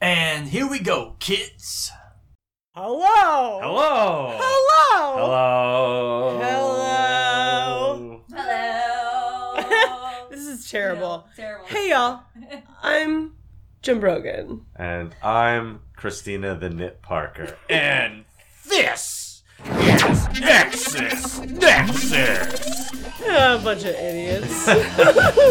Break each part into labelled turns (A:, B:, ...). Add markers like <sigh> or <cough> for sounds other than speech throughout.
A: And here we go, kids.
B: Hello.
C: Hello.
B: Hello.
C: Hello.
B: Hello.
D: Hello.
B: <laughs> This is terrible.
D: Yeah, terrible.
B: Hey <laughs> y'all. I'm Jim Brogan.
C: And I'm Christina the Knit Parker.
A: And this is Nexus Nexus.
B: <laughs> A bunch of idiots. <laughs>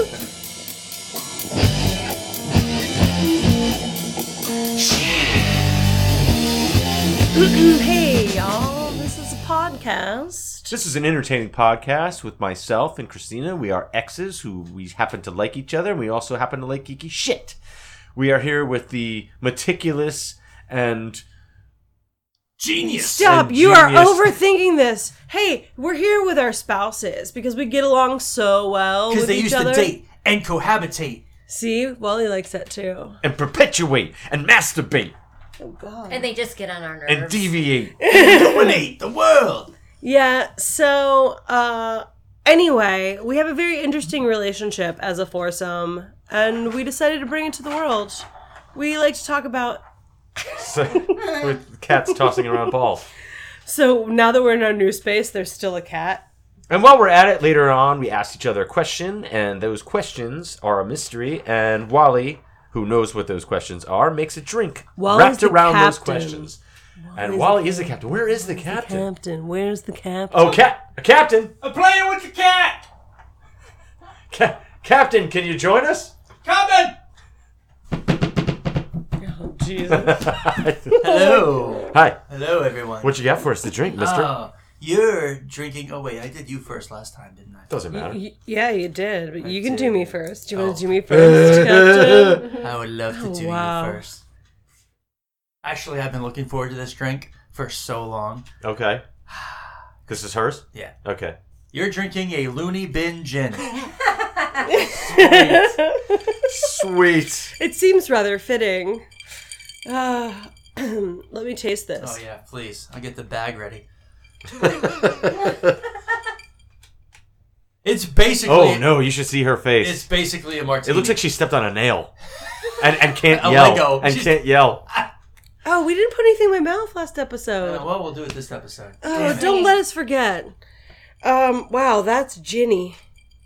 B: hey y'all. This is a podcast.
C: This is an entertaining podcast with myself and Christina. We are exes who we happen to like each other and we also happen to like geeky shit. We are here with the meticulous and
A: Genius.
B: Stop.
C: And
B: You are
C: genius.
B: overthinking this. Hey, we're here with our spouses because we get along so well
A: Because
B: with
A: they
B: each
A: used
B: other.
A: to date and cohabitate.
B: See, Wally likes that too.
C: and perpetuate and masturbate
B: Oh god.
D: And they just get on our nerves.
C: and deviate.
A: <laughs> Dominate the world.
B: Yeah, so uh anyway, we have a very interesting relationship as a foursome and we decided to bring it to the world. We like to talk about
C: So, with cats tossing around balls.
B: so now that we're in our new space, there's still a cat.
C: And while we're at it, later on, we asked each other a question, and those questions are a mystery. And Wally, who knows what those questions are, makes a drink
B: Wally's
C: wrapped
B: the
C: around those
B: captain.
C: questions. and Wally is the captain. Where is the captain?
B: Captain, where's the captain?
C: oh, cat, captain,
A: I'm playing with the cat.
C: Ca- captain, can you join us? <laughs>
A: Coming. <laughs>
B: Jesus.
A: Hello.
C: Hi,
A: Hello, everyone.
C: what you got for us to drink, Mister?
A: Oh, you're drinking. Oh wait, I did you first last time, didn't I?
C: Doesn't matter.
B: Y- yeah, you did, but you can
A: did.
B: do me first. Do you
A: Oh.
B: want to do me first, Captain?
A: <laughs> I would love to
B: Oh,
A: do
B: wow.
A: you first. Actually, I've been looking forward to this drink for so long.
C: Okay. This is hers.
A: Yeah.
C: Okay.
A: You're drinking a loony bin gin.
C: Sweet.
B: It seems rather fitting. Uh, <clears throat> let me taste this.
A: oh yeah, please. I'll get the bag ready. It's basically
C: oh no, you should see her face.
A: It's basically a martini.
C: It looks like she stepped on a nail, and and
A: <laughs>
C: can't
A: A
C: yell,
A: Lego.
C: and
A: She's-
C: can't yell.
B: Oh, we didn't put anything in my mouth last
A: Uh,
B: episode.
A: well, we'll do it this episode.
B: Oh, don't let us forget. Um, wow, that's Ginny.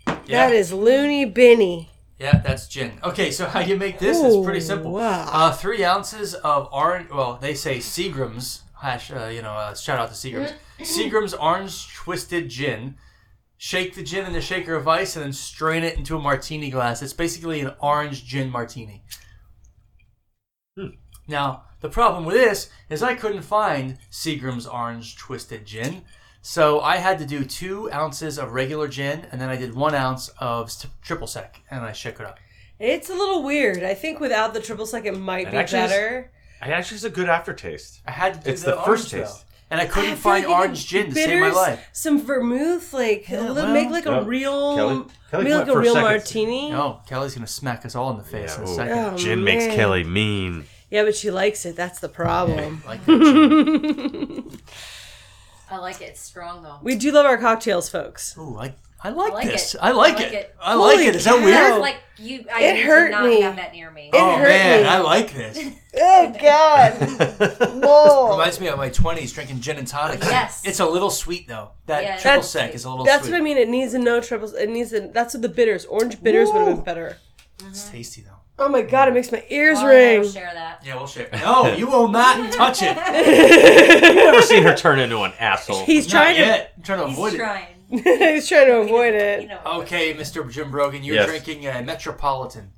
A: Yeah.
B: That is Loony Binny.
A: Yeah, that's gin. Okay, so <laughs> how you make this is pretty
B: Ooh,
A: simple.
B: wow.
A: Uh, three ounces of orange. Well, they say Seagram's. Hash. Uh, you know, uh, shout out to Seagram's.
B: Mm-hmm.
A: Seagram's orange twisted gin. Shake the gin in the shaker of ice, and then strain it into a martini glass. It's basically an orange gin martini. Now, the problem with this is I couldn't find Seagram's Orange Twisted Gin. So I had to do two ounces of regular gin, and then I did one ounce of s- triple sec, and I shook it up.
B: It's a little weird. I think without the triple sec, it might
C: It
B: be
C: actually is-
B: better.
C: It actually is a good aftertaste.
A: I had to do
C: It's
A: the,
C: the first
A: orange,
C: taste.
A: though. and I couldn't
B: I feel
A: find
B: like you can
A: orange gin to save my
B: bitters,
A: life.
B: Some vermouth, like a
A: Yeah,
B: little,
A: well-
B: make like a
C: Oh,
B: real,
C: Kelly- Kelly
B: make
C: went
B: like a
C: for a
B: real
C: second.
B: martini.
A: No, Kelly's gonna smack us all in the face in a second.
B: Oh,
C: Gin makes
B: man.
C: Kelly mean. <laughs>
B: Yeah, but she likes it. That's the problem.
A: Like that gin.
D: I like it. It's strong though.
B: we do love our cocktails, folks.
A: Ooh, I, I like,
D: like
A: this.
D: it.
A: I like, it. I
B: Holy
A: like it. Is that
B: cow.
A: weird?
D: It's like you. I
B: It
D: need
B: hurt
D: to not
B: me.
D: have that near me.
A: oh
B: hurt
A: man,
B: me.
A: I like this.
B: Oh God! <laughs> Whoa!
A: Reminds me of my twenties drinking gin and tonic.
D: Yes.
A: it's a little sweet though. That
D: Yeah,
A: triple
B: that's-
A: sec is a little.
B: That's
A: Oh, sweet.
B: what I mean. It needs a no triples. It needs a. That's what the bitters. Orange bitters would have been better.
A: It's tasty though.
B: Oh my god! It makes my ears
D: Well, Oh, I
B: ring. <laughs>
D: don't share that.
A: Yeah, we'll share. No, you will not touch it.
C: I've never seen her turn into an asshole.
B: He's
A: Not
B: trying to.
A: yet. I'm trying to
D: He's
A: avoid it.
D: trying.
B: <laughs> he's trying to avoid
D: You <laughs>
B: it.
D: know.
C: Oh.
A: Okay, Mr. Jim Brogan, you're
C: Yes.
A: drinking a Metropolitan.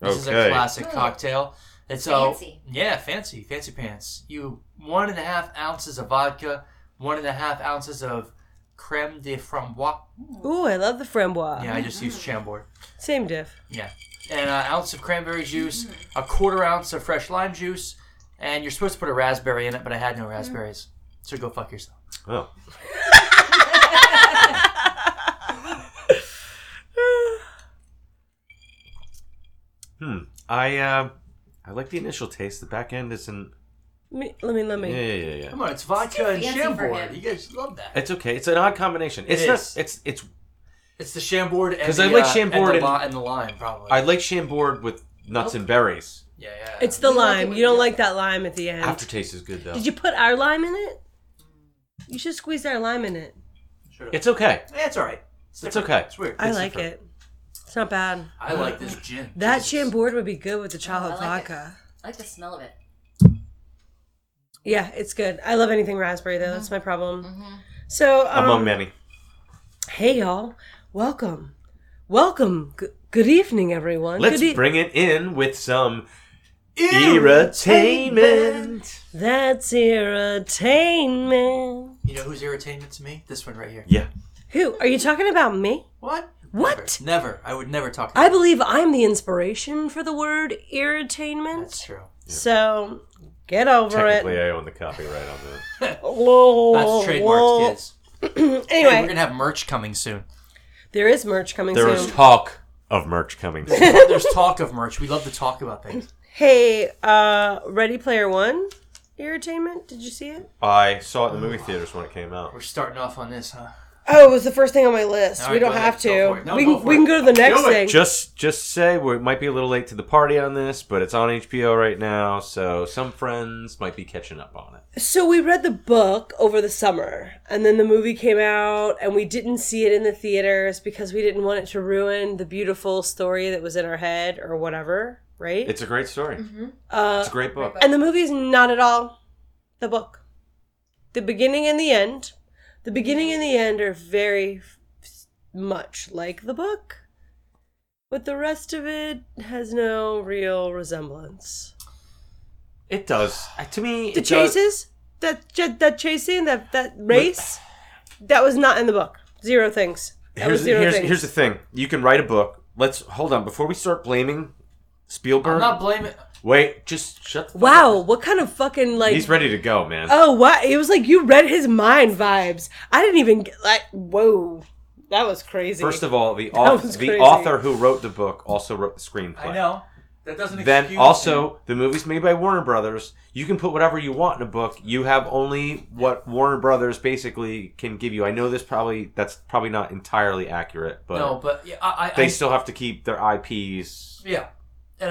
A: This is a
C: Okay.
A: classic cocktail. It's a
D: Hmm. Fancy.
A: yeah, fancy, fancy pants. You one and a half ounces of vodka, one and a half ounces of creme de framboise.
B: Ooh, I love the framboise.
A: Yeah, I just
D: Mm-hmm.
A: used Chambord.
B: Same diff.
A: Yeah, and an ounce of cranberry juice,
D: Mm-hmm.
A: a quarter ounce of fresh lime juice, and you're supposed to put a raspberry in it, but I
D: Mm.
A: had no raspberries, so go fuck yourself.
B: <laughs>
C: Oh. hmm. I uh, I like the initial taste. The back end isn't.
B: Let me let me. Let
C: Yeah,
B: me.
C: yeah, yeah, yeah.
A: Come on, it's vodka and
D: fancy for
A: Chambord.
D: him.
A: You guys love that.
C: It's okay. It's an odd combination. It's
A: It
C: not.
A: is.
C: It's it's.
A: It's the Chambord and
C: 'Cause
A: the,
C: I like
A: uh,
C: Chambord
A: and the,
C: and-
A: li- and the lime probably.
C: I like Chambord with nuts and berries.
E: Yeah, yeah.
B: It's the
D: You like it
B: lime.
D: with
B: You don't
D: milk.
B: like that lime at the end.
C: Aftertaste is good though.
B: Did you put our lime in it? You should squeeze our lime in it.
E: Should've-
C: It's okay.
E: Yeah, it's all right. It's,
C: It's
E: different.
C: okay.
E: It's weird.
B: I
C: It's
B: like
C: different.
B: it. It's not bad.
E: I like this gin.
B: That
E: Jesus.
B: chambord would be good with the chocolate
D: Oh, I like it.
B: vodka.
D: I like the smell of it.
B: Yeah, it's good. I love anything raspberry though.
D: Mm-hmm.
B: That's my problem. So um,
C: Among many.
B: Hey y'all, welcome, welcome. G- good evening, everyone.
C: Let's
B: good e-
C: bring it in with some
E: Irritainment.
C: irritainment.
B: That's irritainment.
E: You know who's irritating to me? This one right here.
C: Yeah.
B: Who are you talking about? Me?
E: What?
B: What?
E: Never. Never. I would never talk. To
B: I
E: you.
B: believe I'm the inspiration for the word irritainment.
E: That's true.
B: So get over
C: Technically,
B: it.
C: I own the copyright on that.
B: Whoa,
E: That's trademarked,
B: kids.
E: kids. Hey, we're
B: Oh, anyway,
E: gonna have merch
B: <laughs>
E: coming soon.
B: there is merch coming
C: There
B: soon.
C: is talk of merch coming.
E: <laughs>
C: soon.
E: There's talk of merch. We love to talk about things.
B: hey, uh, Ready Player One, irritainment. Did you see it?
C: I saw it in the movie theaters when it came out.
E: We're starting off on this, huh?
B: Oh, it was the first thing on my list.
E: All
B: we
E: right,
B: don't
E: go
B: have
E: ahead. Go
B: to.
E: for it. No,
B: we
E: go
B: can,
E: for
B: we
E: it.
B: can go to the next
E: Do it.
B: thing.
C: Just, just say we might be a little late to the party on this, but it's on HBO right now, so some friends might be catching up on it.
B: So we read the book over the summer, and then the movie came out, and we didn't see it in the theaters because we didn't want it to ruin the beautiful story that was in our head or whatever, right?
C: It's a great story.
E: Mm-hmm.
B: uh,
C: It's a great book.
B: and the movie is not at all the book. The beginning and the end, the beginning and the end are very f- much like the book, but the rest of it has no real resemblance.
C: It does. I- To me,
B: the
C: it does-
B: chases that ch- that chasing that that race that was not in the book zero things that
C: Here's,
B: was zero
C: here's,
B: things
C: here's the thing. You can write a book. Let's hold on before we start blaming Spielberg.
E: I'm not blaming.
C: Wait, just shut. The fuck
B: wow
C: up.
B: what kind of fucking like
C: he's ready to go, man.
B: oh what it was like you read his mind vibes i didn't even get like whoa that was crazy
C: First of all, the author,
B: was
C: the
B: crazy.
C: author who wrote the book also wrote the screenplay.
E: I know that doesn't.
C: Then
E: excuse
C: also, the movie's made by Warner Brothers. You can put whatever you want in a book. You have only what Warner Brothers basically can give you. I know this probably that's probably not entirely accurate, but
E: No, but yeah, I, I,
C: they
E: I-
C: still have to keep their IPs.
E: yeah. And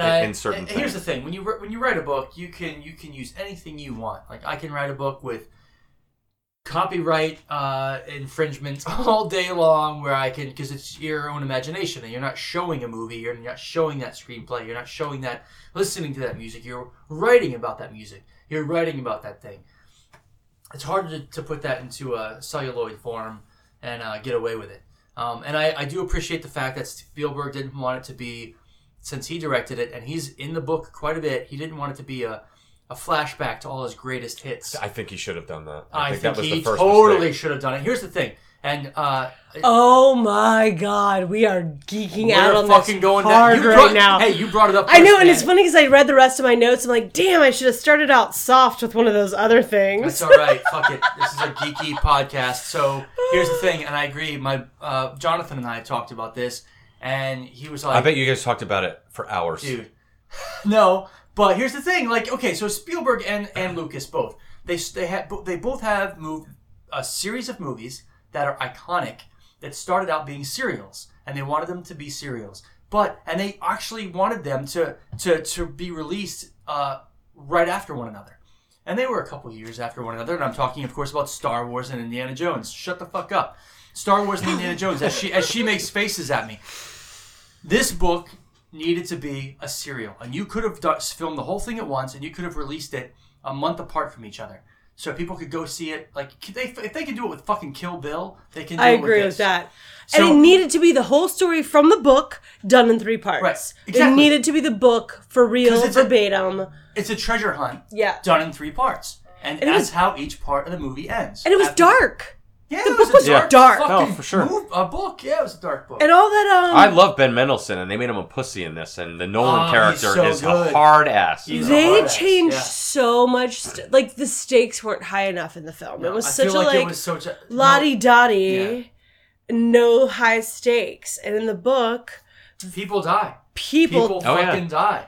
C: in-
E: I,
C: in certain
E: and here's the thing: when you wri- when you write a book, you can you can use anything you want. Like I can write a book with copyright uh, infringements <laughs> all day long, where I can because it's your own imagination, and you're not showing a movie, you're not showing that screenplay, you're not showing that listening to that music, you're writing about that music, you're writing about that thing. It's hard to, to put that into a celluloid form and uh, get away with it. Um, and I, I do appreciate the fact that Spielberg didn't want it to be, since he directed it, and he's in the book quite a bit, he didn't want it to be a, a flashback to all his greatest hits.
C: I think he should have done that.
E: I think, he totally should have done it. Here's the thing, and uh,
B: oh my god we are geeking
E: we're
B: out on
E: fucking
B: this
E: going
B: hard
E: down. You
B: right
E: brought-
B: now
E: Hey, you brought it up.
B: I know,
E: first,
B: and it's
E: man.
B: funny because I read the rest of my notes. I'm like, damn, I should have started out soft with one of those other things.
E: It's all right. Fuck it. This is
B: <laughs>
E: a geeky podcast. So here's the thing, and I agree. My uh, Jonathan and I talked about this, and he was like,
C: I bet you guys talked about it for hours.
E: dude. <laughs> No, but here's the thing. Like, okay, so Spielberg and and Lucas both they s- they have they both have moved a series of movies that are iconic that started out being serials, and they wanted them to be serials. But and they actually wanted them to to to be released uh, right after one another. And they were a couple years after one another, and I'm talking, of course, about Star Wars and Indiana Jones. Shut the fuck up, Star Wars and Indiana Jones. As she as she makes faces at me, this book needed to be a serial, and you could have done, filmed the whole thing at once, and you could have released it a month apart from each other, so people could go see it. Like could they, if they can do it with fucking Kill Bill, they can. Do
B: I
E: it
B: agree
E: with,
B: with
E: this.
B: that.
E: So-
B: and it needed to be the whole story from the book done in three parts.
E: Right, exactly.
B: It needed to be the book for
E: 'Cause
B: real,
E: it's a-
B: verbatim.
E: It's a treasure hunt
B: yeah.
E: done in three parts, and,
B: it
E: that's
B: was-
E: how each part of the movie ends.
B: And it was
E: After-
B: dark.
E: Yeah,
B: the
E: it was
B: book was
E: a dark,
B: dark.
E: fucking
C: No, Oh, for sure.
E: move- a book. Yeah, it was a dark book.
B: And all that, um.
C: I love Ben Mendelsohn, and they made him a pussy in this, and the Nolan
E: Oh,
C: character
E: he's so
C: is
E: good.
C: a hard ass.
E: He's a
B: they
E: hard ass,
B: changed
E: yeah.
B: so much. St- like, the stakes weren't high enough in the film. it was
E: I
B: such
E: feel
B: a, like,
E: it was such a
B: lottie
E: Yeah.
B: dottie, no high stakes. And in the book,
E: no, people die.
B: people.
E: People
C: Oh, yeah.
E: fucking die.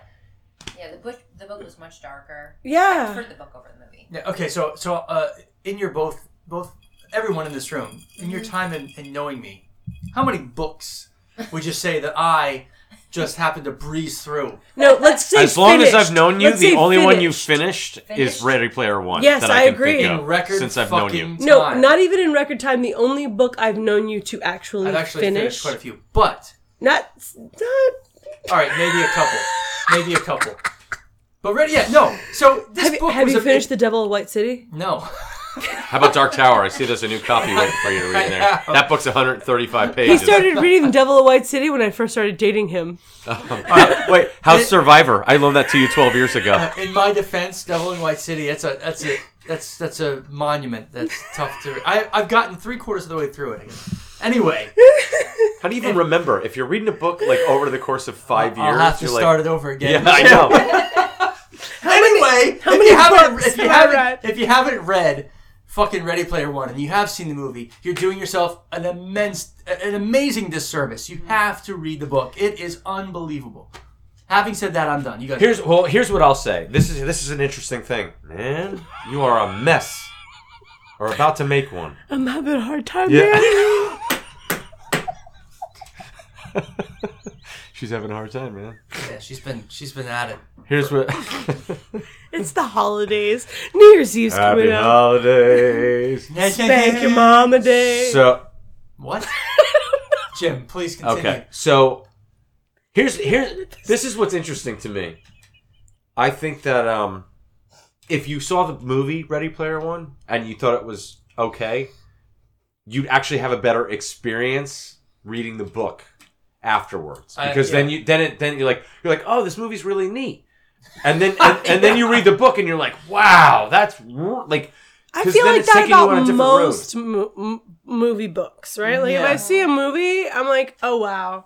D: Yeah, the book the book was much darker. I
B: yeah.
E: <laughs>
D: preferred the book over the movie.
E: Yeah, okay, so so uh, in your both both everyone in this room,
B: Mm-hmm.
E: in your time in, in knowing me, how many books would you say that I just happened to breeze through.
B: No, let's say
C: As long as
B: finished.
C: I've known you,
B: Let's
C: the
B: say
C: only one you've
B: finished.
C: finished, is
D: Finished.
C: Ready Player One.
B: Yes,
C: that
B: I
C: I, can
B: agree.
C: Think
B: In
C: of,
E: record
C: since I've known you.
E: fucking-
B: No,
E: time.
B: not even in record time. The only book I've known you to actually,
E: I've actually finished
B: finish.
E: quite a few, but
B: Not, not.
E: all right, maybe a couple, maybe a couple. But ready? Yeah, no. So this
B: Have, you-
E: book
B: have
E: was
B: you
E: a
B: finished The Devil of White City?
E: no.
C: How about Dark Tower? I see there's a new copy waiting for you to
E: <laughs>
C: read in there. That book's 135
B: He
C: pages.
B: started reading The Devil of White City when I first started dating him.
E: <laughs>
C: Wait, how's Survivor? I loaned that to you 12 years ago.
E: Uh, In my defense, Devil in White City. That's a that's a that's that's a monument. That's tough to. I I've gotten three quarters of the way through it. Anyway,
C: How do you even remember? If you're reading a book like over the course of five
E: I'll
C: years,
E: have to
C: you're
E: start it over
C: like, yeah,
E: again.
C: I
E: <laughs>
C: know.
E: anyway,
B: how
E: if
B: many
E: you haven't,
B: books
E: if you
B: have I read?
E: haven't, if you haven't read fucking Ready Player One and you have seen the movie, you're doing yourself an immense, an amazing disservice.
B: Mm-hmm.
E: You have to read the book. It is unbelievable. Having said that, I'm done. You guys,
C: Here's well, here's what I'll say. This is this is an interesting thing, man. You are a mess, or about to make one.
B: I'm having a hard time,
C: Yeah.
B: man.
C: She's having a hard time, man.
E: yeah, she's been she's been at it.
C: Here's what.
B: It's the holidays. New Year's Eve's coming up.
C: holidays.
B: Thank you, Mama Day.
C: So <laughs>
E: What? Jim, please continue.
C: okay, so here's here's this is what's interesting to me. I think that um, if you saw the movie Ready Player One and you thought it was okay, you'd actually have a better experience reading the book afterwards
E: I-
C: because then
E: yeah.
C: you then it then you're like you're like oh this movie's really neat and then and, and then you read the book and you're like wow that's wor- like
B: I
C: 'Cause
B: feel
C: then
B: like
C: it's
B: that
C: taking you on a
B: about
C: different
B: most mo- m- movie books, right? Like if I
E: Yeah.
B: see a movie, I'm like, oh wow,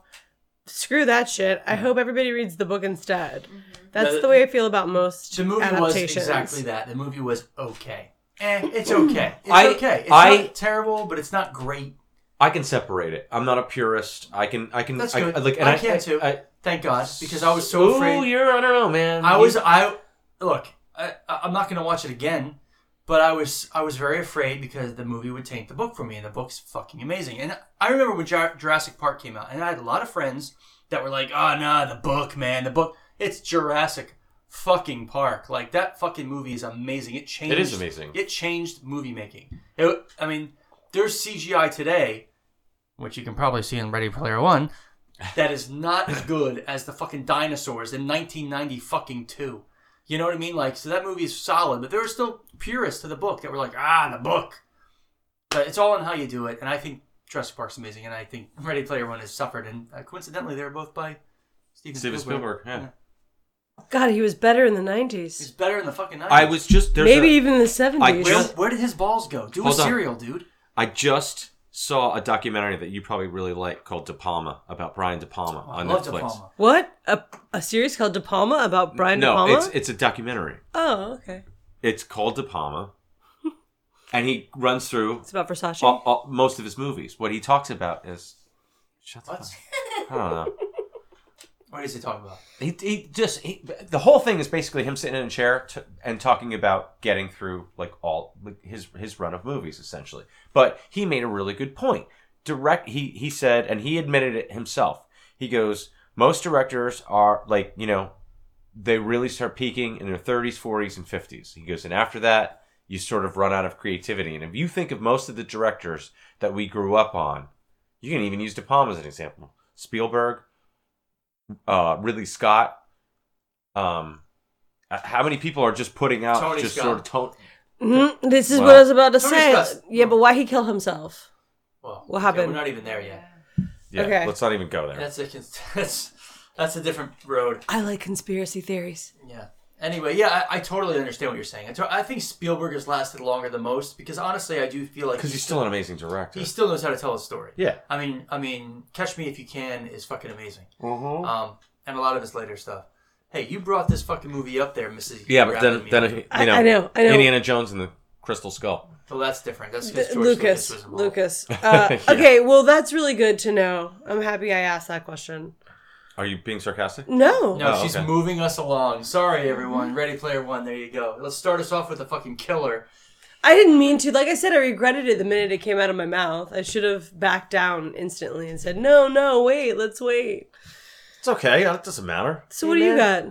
B: screw that shit. I hope everybody reads the book instead. That's
E: No,
B: the way I feel about most
E: The movie was
B: adaptations.
E: exactly that. The movie was okay. Eh, it's okay. It's
C: I-
E: okay. It's
C: I-
E: not terrible, but it's not great.
C: I can separate it. I'm not a purist. I can. I can.
E: That's
C: I,
E: good.
C: I- like, and
E: I
C: I,
E: can too.
C: I,
E: Thank God, because I was so
C: Ooh,
E: afraid.
C: you're. I don't know, man.
E: I
C: You-
E: was I look. I, I- I'm not gonna watch it again, but I was I was very afraid because the movie would taint the book for me, and the book's fucking amazing. And I remember when Ju- Jurassic Park came out, and I had a lot of friends that were like, "Oh no, the book, man, the book. It's Jurassic fucking Park. Like that fucking movie is amazing. It changed.
C: It is amazing.
E: It changed movie making. It, I mean, there's CGI today, which you can probably see in Ready Player One that is not as good as the fucking dinosaurs in 1990 fucking two. You know what I mean? Like, so that movie is solid, but there are still purists to the book that were like, ah, the book. But it's all in how you do it, and I think Jurassic Park's amazing, and I think <laughs> Ready Player One has suffered, and uh, coincidentally, they were both by Steven,
C: Steven Spielberg. Yeah.
B: God, he was better in the
E: He's
B: '90s,
E: better in the fucking 90s.
C: I was just. There's
B: maybe
C: a-
B: even the '70s.
C: I
E: Where,
C: just-
E: where did his balls go? Do a
C: Hold on.
E: cereal, dude.
C: I just saw a documentary that you probably really like called De Palma about Brian De Palma
E: Oh, I
C: on
E: love De
C: Netflix.
E: Palma.
B: what a, a series called De Palma about Brian
C: no,
B: De Palma.
C: it's it's a documentary.
B: oh, okay.
C: It's called De Palma, and he runs through
B: It's about Versace.
C: all, all- most of his movies. What he talks about is shut the.
E: What?
C: fuck- I don't know.
E: What is he talking about?
C: He, he just he, the whole thing is basically him sitting in a chair t- and talking about getting through like all like, his his run of movies essentially. But he made a really good point. Direct he he said and he admitted it himself. He goes most directors are like you know they really start peaking in their 30s, 40s, and 50s. He goes and after that you sort of run out of creativity. And if you think of most of the directors that we grew up on, you can even use De Palma as an example. Spielberg, uh, Ridley Scott. Um, uh, how many people are just putting out
E: Tony
C: Oh, just
E: Scott.
C: sort of tone?
B: Mhm, this is
C: Wow.
B: what I was about to
E: Tony
B: say.
E: Scott.
B: Yeah, but why he killed himself?
E: Well,
B: What
E: okay,
B: happened?
E: We're not even there yet.
C: Yeah,
B: Okay.
C: let's not even go there.
E: That's a cons- <laughs> that's that's a different road.
B: I like conspiracy theories.
E: Yeah. Anyway, yeah, I, I totally understand what you're saying. I, to- I think Spielberg has lasted longer than most because honestly, I do feel like
C: Because he's still an amazing director.
E: he still knows how to tell a story.
C: yeah.
E: I mean, I mean, Catch Me If You Can is fucking amazing. Um, and a lot of his later stuff. Hey, you brought this fucking movie up there, Mrs.
C: Yeah, but then
E: Rabbit
C: then
E: Meow.
C: you know,
B: I- I know, I know.
C: Indiana Jones and the Crystal Skull.
E: well, that's different. That's
B: Th-
E: because George
B: Lucas,
E: Lucas, was involved.
B: Lucas.
E: <laughs>
B: Uh,
C: Yeah.
B: Okay, well, that's really good to know. I'm happy I asked that question.
C: Are you being sarcastic?
B: No,
E: No,
C: Oh,
E: she's
C: okay.
E: moving us along. Sorry, everyone.
B: Mm-hmm.
E: Ready Player One. There you go. Let's start us off with a fucking killer.
B: I didn't mean to. Like I said, I regretted it the minute it came out of my mouth. I should have backed down instantly and said, "No, no, wait, let's wait."
C: It's okay. uh, It doesn't matter.
B: So what do you got?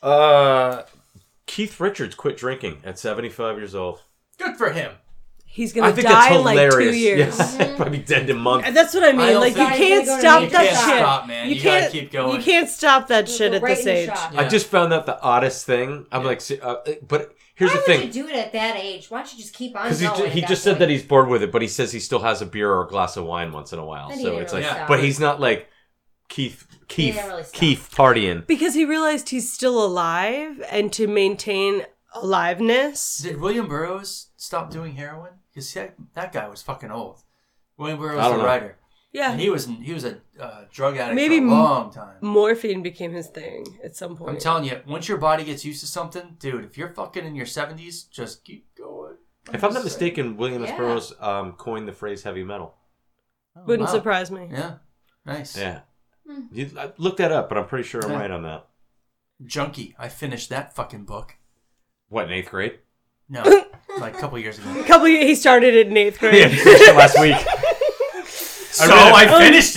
C: Uh, Keith Richards quit drinking at 75 years old.
E: Good for him.
B: He's gonna die in like two years. Mm-hmm.
C: Yes. <laughs> Probably dead in a month.
B: And That's what I mean.
E: don't
B: like you
E: think-
B: can't
D: You
B: stop
D: can't
B: that shit.
E: stop, man. You gotta keep going.
B: You can't stop that shit at
D: Right
B: this
D: in the
B: age.
D: shop.
C: I just found that the oddest thing. I'm
E: Yeah.
C: like, see, uh, but here's
D: Why
C: the
D: would
C: thing.
D: you do it at that age? Why don't you just keep on
C: Because he,
D: going?
C: ju- he
D: at
C: just
D: that
C: said that
D: point?
C: he's bored with it, but he says he still has a beer or a glass of wine once in a while.
D: Then he
C: so
D: didn't
C: it's
D: really
C: like,
D: stop.
C: but he's not like Keith, Keith,
D: didn't really stop.
C: Keith partying.
B: Because he realized he's still alive, and to maintain aliveness,
E: Did William Burroughs stop doing heroin? Because that, that guy was fucking old. William Burroughs,
C: I don't
E: the
C: know.
E: writer,
B: yeah,
E: and he was he was a uh, drug addict
B: Maybe
E: for a
B: m-
E: long time.
B: morphine became his thing at some point.
E: I'm telling you, once your body gets used to something, dude, if you're fucking in your 70s, just keep going.
C: If I'm not
E: just saying.
C: mistaken, William S.
D: Yeah.
C: Burroughs um, coined the phrase heavy metal.
B: Wouldn't
E: Wow.
B: surprise me.
E: Yeah. Nice.
C: Yeah. You, I- look that up, but I'm pretty sure I'm
E: Yeah.
C: right on that.
E: Junkie. I finished that fucking book.
C: What, in eighth grade?
B: <laughs>
E: No, like a couple years ago.
B: Couple, ye- he started it in eighth
C: <laughs> Yeah,
B: grade.
C: last week.
E: So
C: read it.
E: Oh, I finished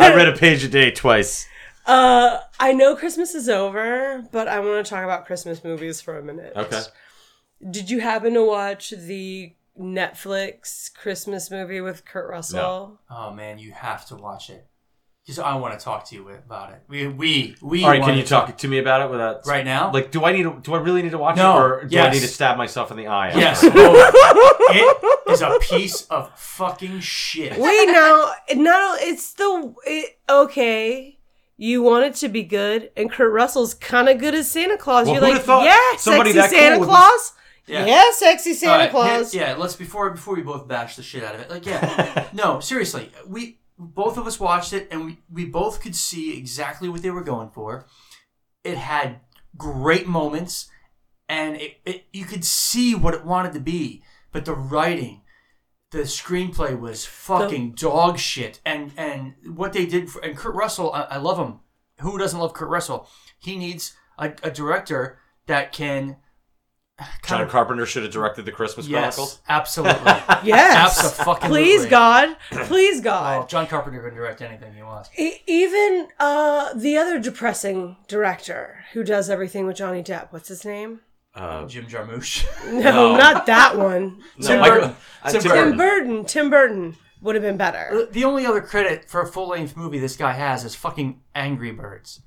C: <laughs> I read a page a day twice.
B: <laughs> Uh, I know Christmas is over, but I want to talk about Christmas movies for a minute.
C: Okay.
B: Did you happen to watch the Netflix Christmas movie with Kurt Russell?
E: Oh man, you have to watch it. Because I want to talk to you about it. We we we.
C: All right, can
E: wanna
C: you talk to me about it without
E: right now?
C: Like, do I need? To, do I really need to watch
E: No.
C: it, or do I
E: Yes.
C: need to stab myself in the eye? after?
E: yes. it is a piece of fucking
B: <laughs>
E: shit.
B: Wait, now, not o- it's the it, okay. You want it to be good, and Kurt Russell's kind of good as Santa Claus.
C: Well,
B: You're
C: who'da
B: like,
C: thought
B: yeah,
C: somebody
B: sexy
C: that cool
B: Santa
C: would be-
B: Claus.
E: Yeah.
B: Yeah. sexy
E: All
B: Santa
E: right, here-
B: Claus.
E: yeah, let's before before we both bash the shit out of it. Like, yeah, <laughs> no, seriously, we both of us watched it and we we both could see exactly what they were going for. It had great moments, and it, it you could see what it wanted to be, but the writing. The screenplay was fucking dog shit, and and what they did for and Kurt Russell, I, I love him. Who doesn't love Kurt Russell? He needs a, a director that can
C: John Carpenter should have directed the Christmas Chronicles.
E: Yes, absolutely.
B: Yes.
E: absolutely.
B: Please, God. Please, God.
E: Oh, John Carpenter can direct anything he wants.
B: E- even uh, the other depressing director who does everything with Johnny Depp. What's his name? <laughs>
C: Uh, <laughs>
E: Jim Jarmusch.
B: No,
C: No.
B: not that one.
C: no,
E: Tim
C: Michael-
E: Burton.
C: uh,
E: Tim
C: Tim
B: Tim
E: Burton.
C: Burton.
B: Burton. Tim Burton would have been better.
E: the only other credit for a full-length movie this guy has is fucking Angry Birds.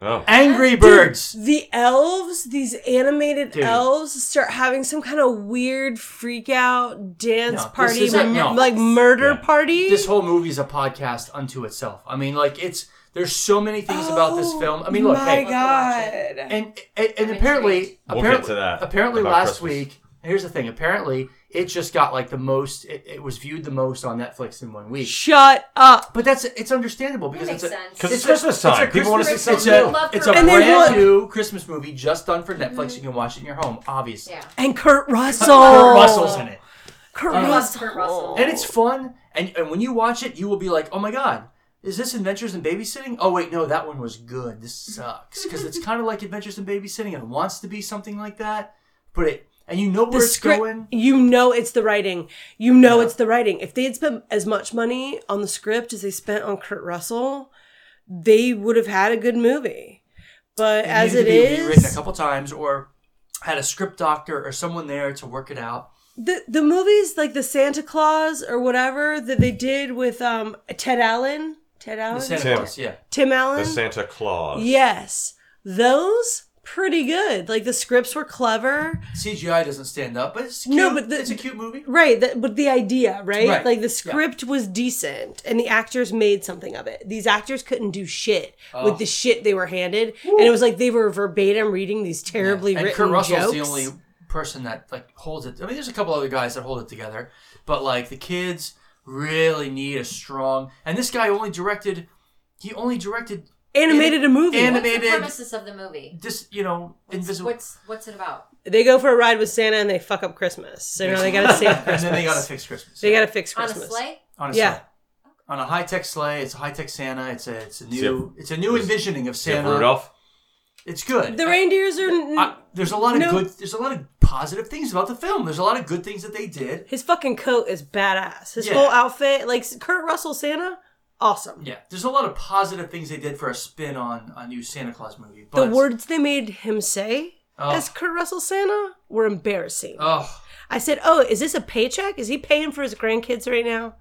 C: Oh.
E: Angry Birds.
B: The elves, these animated
E: Dude.
B: elves, start having some kind of weird freak out dance
E: No, this
B: party,
E: isn't- no.
B: like murder
C: Yeah.
B: party.
E: This whole movie's a podcast unto itself. I mean, like it's there's so many things about this
B: Oh,
E: film. I mean, look,
B: my
E: hey,
B: God.
E: and and, and
D: I'm
E: apparently,
C: We'll get
E: apparently,
C: to that
E: apparently
C: about
E: last
C: Christmas.
E: week. Here's the thing. Apparently, it just got like the most. It, it was viewed the most on Netflix in one week.
B: Shut up.
E: But that's it's understandable because
D: makes
E: it's a,
D: sense.
C: 'Cause it's
E: a-
C: Christmas
E: a
C: time. People wanna see
E: Christmas-
C: something
E: it's a-
D: new. Love
E: It's a
D: And
B: they
E: brand
B: want-
E: new Christmas movie just done for Netflix. You
B: Mm-hmm.
E: can watch it in your home, obviously.
D: Yeah.
B: And Kurt Russell.
E: Kurt Russell's in it, Oh,
B: Kurt
D: I love
B: Russell.
D: Kurt Russell.
E: and it's fun. And, and when you watch it, you will be like, "Oh my god, is this Adventures in Babysitting?" Oh wait, no, that one was good. This sucks because it's kind of like Adventures in Babysitting, and it wants to be something like that, but it and you know where
B: the
E: it's
B: script
E: going.
B: you know it's the writing you know it's the writing if they had spent as much money on the script as they spent on kurt russell they would have had a good movie but as
E: needed
B: it
E: to be rewritten a
B: is
E: couple times or had a script doctor or someone there to work it out.
B: the, the movies like the santa claus or whatever that they did with um ted allen ted
E: The
B: allen
E: Santa
C: Tim.
E: Claus, yeah.
B: tim
C: The
B: allen
C: Santa Claus.
B: yes those pretty good like the scripts were clever
E: CGI doesn't stand up, but it's cute.
B: No, but the-
E: it's a cute movie.
B: Right, that, but the idea, right?
E: Right,
B: Like the
E: yeah.
B: script was decent and the actors made something of it. These actors couldn't do shit with the shit they were handed. And it was like they were verbatim reading these terribly
E: and
B: written
E: Kurt Russell's
B: jokes.
E: the only person that like holds it. I mean, there's a couple other guys that hold it together, but like the kids really need a strong. And this guy only directed. He only directed
B: Animated a movie.
E: Anima-
D: What's the
E: animated-
D: premises of the movie?
E: this. You know,
D: What's,
E: invisible.
D: what's what's it about?
B: they go for a ride with Santa and they fuck up Christmas. So now they gotta save
E: <laughs> and
B: Christmas.
E: then they gotta fix Christmas.
B: They gotta fix
D: On a
B: Christmas.
D: sleigh?
E: on a
B: Yeah.
E: sleigh. On a high tech sleigh, it's a high tech Santa. It's a it's a new it's a new envisioning of
C: Tim
E: Santa.
C: Rudolph.
E: It's good.
B: The reindeers are. n-
E: I- there's a lot of
B: No.
E: good. There's a lot of positive things about the film. There's a lot of good things that they did.
B: his fucking coat is badass. His
E: Yeah.
B: whole outfit, like Kurt Russell Santa, awesome.
E: Yeah, there's a lot of positive things they did for a spin on a new Santa Claus movie.
B: The
E: But
B: words they made him say
E: oh,
B: as Kurt Russell Santa were embarrassing.
E: oh,
B: I said, "Oh, is this a paycheck? Is he paying for his grandkids right now?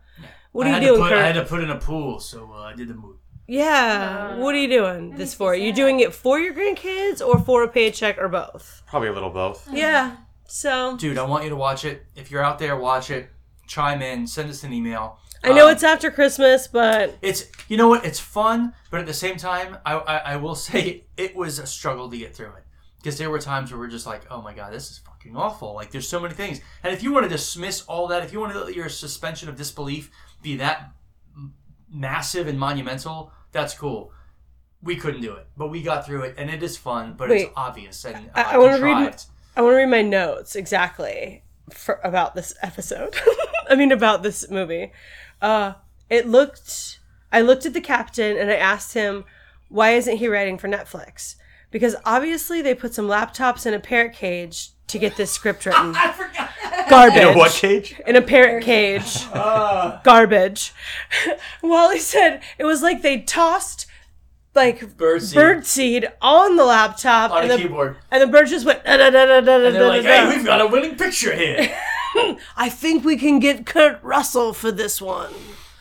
B: What
E: I
B: are
E: had
B: you
E: to
B: doing,
E: put-
B: Kurt?
E: I had to put in a pool, so uh, I did the movie.
B: yeah,
D: No.
B: what are you doing
D: That
B: this
D: makes
B: for?
D: me
B: You
D: sad.
B: doing it for your grandkids or for a paycheck or both?
C: Probably a little both.
D: Uh-huh.
B: Yeah. So
E: Dude, I want you to watch it. If you're out there, watch it. Chime in. Send us an email.
B: I know
E: Um,
B: it's after Christmas, but
E: It's you know what? It's fun, but at the same time, I I, I will <laughs> say it was a struggle to get through it because there were times where we're just like, oh my god, this is fucking awful. Like there's so many things, and if you want to dismiss all that, if you want to let your suspension of disbelief be that m- massive and monumental, that's cool. We couldn't do it, but we got through it, and it is fun, but
B: Wait.
E: it's obvious and uh,
B: I- I wanna read-
E: contrived.
B: I want to read my notes exactly for about this episode. <laughs> I mean, about this movie. Uh, it looked. I looked at the captain and I asked him, "Why isn't he writing for Netflix?" Because obviously they put some laptops in a parrot cage to get this
E: <laughs>
B: script written.
E: I forgot.
B: Garbage.
C: In a what cage?
B: In a parrot
E: <laughs>
B: cage.
E: Uh.
B: Garbage. <laughs> Wally said it was like they tossed like
E: Birdseed.
B: birdseed on the laptop
E: on
B: and
E: a
B: the,
E: keyboard,
B: and the bird just went da da da da da
E: and they're
B: da
E: like,
B: da.
E: "Hey, we've got a winning
C: <laughs>
E: picture here."
B: I think we can get Kurt Russell for this one.
C: <laughs>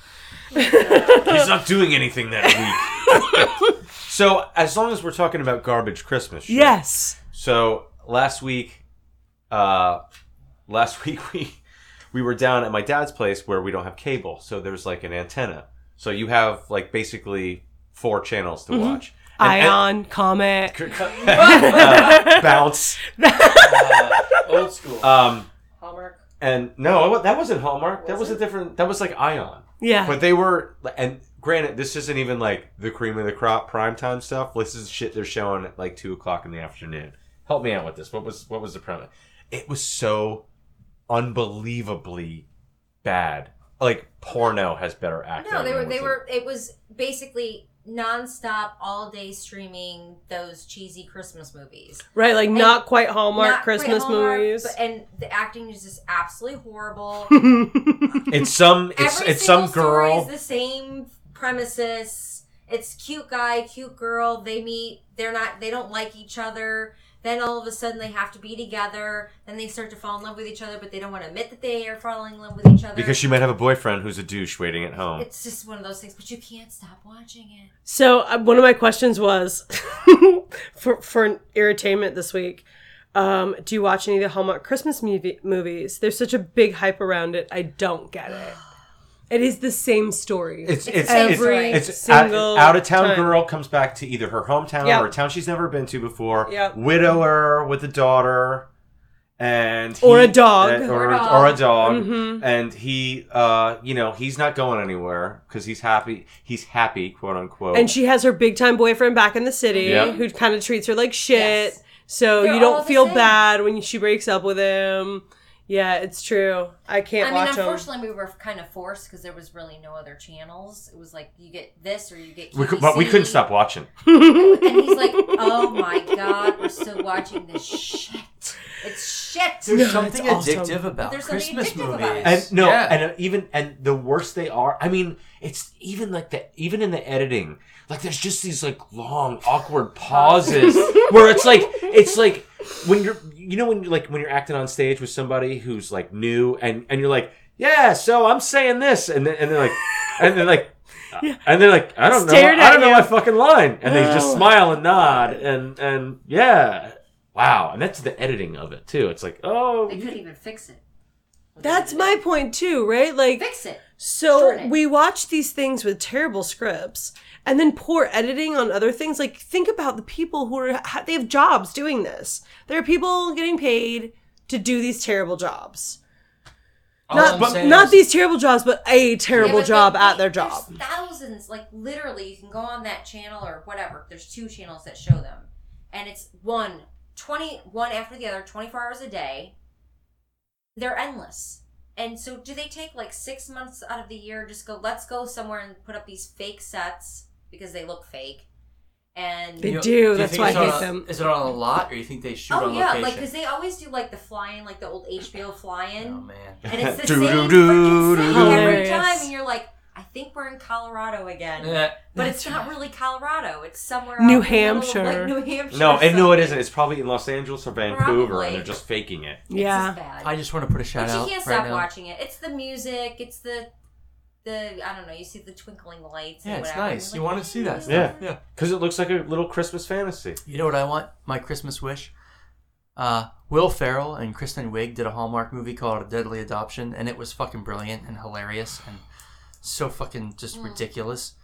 C: He's not doing anything that week. <laughs> so as long as we're talking about garbage Christmas, shit,
B: Yes.
C: So last week, uh, last <laughs> week we we were down at my dad's place where we don't have cable, so there's like an antenna. So you have like basically four channels to watch.
E: e-
C: And-
B: Ion, Comet.
C: uh, bounce.
E: Uh, old school.
C: Um,
D: Hallmark.
C: and no, it wa- that wasn't Hallmark. That was a different. That was like Ion.
B: Yeah.
C: But they were, and granted, this isn't even like the cream of the crop primetime stuff. This is shit they're showing at like two o'clock in the afternoon. Help me out with this. What was what was the premise? It was so unbelievably bad. Like porno has better acting.
D: No, they were.
C: than
D: They
C: what's
D: were. It was basically nonstop, all day streaming those cheesy Christmas movies.
B: right, like not quite Hallmark
D: Not quite
B: Christmas
D: Hallmark,
B: movies.
D: but- and the acting is just absolutely horrible.
C: in- It's some. <laughs> It's
D: Every
C: it's some
D: single story
C: girl.
D: Is the same premises. It's cute guy, cute girl. They meet. They're not. They don't like each other. Then all of a sudden they have to be together. Then they start to fall in love with each other, but they don't want to admit that they are falling in love with each other.
C: Because she might have a boyfriend who's a douche waiting at home.
D: it's just one of those things. But you can't stop watching it.
B: so uh, one of my questions was <laughs> for for an irritainment this week. Um, do you watch any of the Hallmark Christmas movie- movies? There's such a big hype around it. I don't get it. It is the same story.
C: It's it's
B: every
C: it's, it's
B: single
C: out of town
B: time.
C: girl comes back to either her hometown
B: Yep.
C: or a town she's never been to before.
B: Yep.
C: Widower with a daughter, and
B: Or a dog.
C: and- or,
D: Or a dog.
C: or a dog,
B: Mhm.
C: and he, uh, you know, he's not going anywhere because he's happy. He's happy, quote unquote.
B: And she has her big time boyfriend back in the city
C: Yeah.
B: who kind of treats her like shit.
D: Yes.
B: So
D: They're
B: you
D: all
B: don't
D: the
B: feel
D: same.
B: bad when she breaks up with him. Yeah, it's true. I can't
D: I mean,
B: watch them.
D: unfortunately, we were kind of forced because there was really no other channels. It was like you get this or you get.
C: we could, but we
D: QVC.
C: couldn't stop watching.
D: And he's like, "Oh my god, we're still watching this shit. It's shit."
E: There's
B: No,
E: something
B: it's awesome.
E: addictive about
D: There's something
E: Christmas
D: addictive
E: movies.
D: about it.
C: And no,
E: Yeah.
C: and uh, even and the worse they are. I mean, it's even like the even in the editing, like there's just these like long
B: <laughs>
C: awkward pauses where it's like it's like when you're you know when you're like when you're acting on stage with somebody who's like new and and you're like yeah, so I'm saying this and then and they're like and they're
B: <laughs>
C: like. And they're like, I don't know,
B: Stared
C: I
B: at
C: don't know
B: you.
C: my fucking line, and they just
B: Oh.
C: smile and nod, and and yeah, wow, and that's the editing of it too. It's like, oh,
D: They
C: you-
D: couldn't even fix it.
B: That's my point too, right? Like,
D: Fix it.
B: so
D: Shorten it.
B: we watch these things with terrible scripts and then poor editing on other things. Like, think about the people who are, ha- they have jobs doing this. There are people getting paid to do these terrible jobs.
E: All
B: Not,
E: I'm
C: but-
E: saying
B: not
E: is-
B: these terrible jobs, but a terrible
D: Yeah, but
B: job
D: they-
B: at their
D: there's
B: job.
D: Thousands, like literally, you can go on that channel or whatever. There's two channels that show them, and it's one 20, one after the other, twenty four hours a day. They're endless. And so, do they take like six months out of the year? Just go. Let's go somewhere and put up these fake sets because they look fake. And
B: They
E: You know,
B: do,
E: you
B: that's
E: think
B: why I
E: it's on
B: hate
E: a-
B: them.
E: Is it on a lot, or you think they shoot
D: oh
E: on
D: yeah,
E: location?
D: like because they always do like the fly-in, like the old HBO fly-in.
E: oh man,
D: And it's the
C: Do,
D: same
C: do,
E: <laughs>
D: freaking
C: do, do,
D: thing
B: do.
D: every
B: Hilarious.
D: time, and you're like, I think we're in Colorado again.
E: Yeah.
D: But it's not really Colorado. It's somewhere
B: New
D: out in the middle of,
B: Hampshire.
D: like, New Hampshire.
C: No,
D: or
C: and no, it
D: something.
C: isn't. It's probably in Los Angeles or Vancouver,
D: Probably.
C: and they're just faking it.
D: It's
B: Yeah.
D: just bad.
E: I just want to put a shout
D: but
E: out
D: you can't
E: right
D: stop
E: now.
D: watching it. It's the music. It's the the I don't know. You see the twinkling lights.
E: Yeah,
D: and
E: it's
D: whatever, and
E: nice.
D: you're
E: You
D: like,
E: want to see that
D: "Yeah."
E: stuff. Yeah.
C: Because it looks like a little Christmas fantasy.
E: You know what I want? My Christmas wish. Uh, Will Ferrell and Kristen Wiig did a Hallmark movie called A Deadly Adoption, and it was fucking brilliant and hilarious and so fucking just
B: Hmm.
E: ridiculous.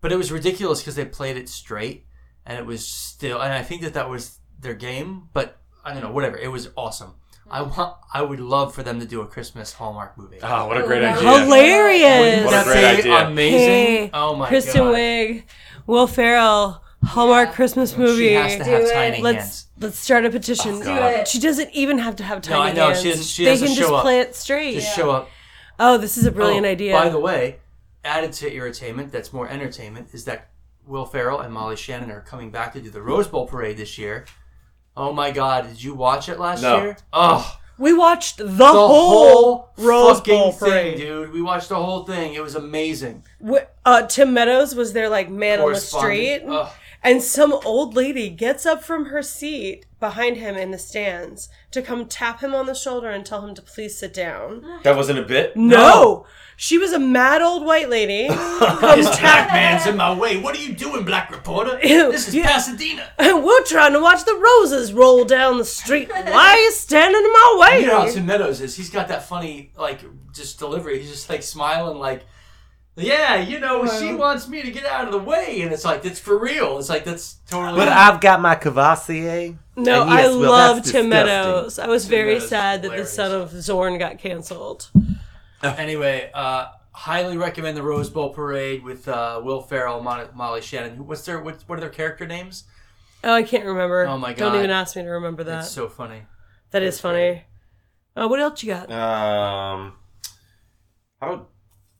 E: But it was ridiculous because they played it straight, and it was still. And I think that that was their game, but I don't know. Whatever. It was awesome. I
B: Hmm.
E: want. I would love for them to do a Christmas Hallmark movie.
C: Oh, what a
D: Ooh,
C: great
D: that
C: idea.
D: was-
B: Hilarious.
C: What a
E: Wouldn't
C: great
E: that be
C: idea.
E: Amazing.
B: Hey,
E: oh my
B: Kristen
E: god.
B: Wiig, Will Ferrell, Hallmark
D: Yeah.
B: Christmas movie.
E: She has to have
D: Do it.
E: tiny
B: let's
E: hands.
B: let's start a petition.
C: Oh, God.
D: Do it.
B: She doesn't even have to have tiny
E: I know,
B: hands.
E: she doesn't- she
B: they
E: has to
B: can just
E: show up.
B: play it straight.
E: Just show up.
B: Oh, this is a brilliant
E: Oh,
B: idea.
E: By the way, added to irritatement, that's more entertainment, is that Will Ferrell and Molly Shannon are coming back to do the Rose Bowl parade this year. Oh my God! Did you watch it last
C: No.
E: year? Oh,
B: we watched the,
E: the whole,
B: whole, Rose
E: fucking
B: Bowl
E: thing,
B: parade.
E: dude. We watched the whole thing. It was amazing.
B: Wh- Uh, Tim Meadows was there, like man on the street,
E: Correspondent. Ugh.
B: and some old lady gets up from her seat behind him in the stands to come tap him on the shoulder and tell him to please sit down.
C: That wasn't a bit.
B: No, she was a mad old white
E: <laughs>
B: lady. come
E: This
B: tap
E: black man's in my way. What are you doing, black reporter?
B: <laughs> Ew,
E: This is
B: yeah.
E: Pasadena.
B: We're trying to watch the roses roll down the street. Why are you standing in my way?
E: You know how Tim Meadows is. He's got that funny, like, just delivery. He's just like smiling, like, yeah, you know, she wants me to get out of the way, and it's like it's for real. It's like that's totally.
C: But I've got my Cavassier.
B: No,
C: And yes,
B: I
C: Will,
B: love
C: that's
B: Tim
C: disgusting.
B: Meadows. I was very
E: Meadows is
B: sad that the
E: hilarious.
B: son of Zorn got canceled.
E: <laughs> anyway, uh, highly recommend the Rose Bowl parade with uh, Will Ferrell, Mon- Molly Shannon. Who- What's their what, what are their character names?
B: Oh, I can't remember.
E: Oh my
B: Don't
E: God.
B: even ask me to remember that.
E: That's so funny.
B: that is funny. Uh, what else you got?
C: Um, how?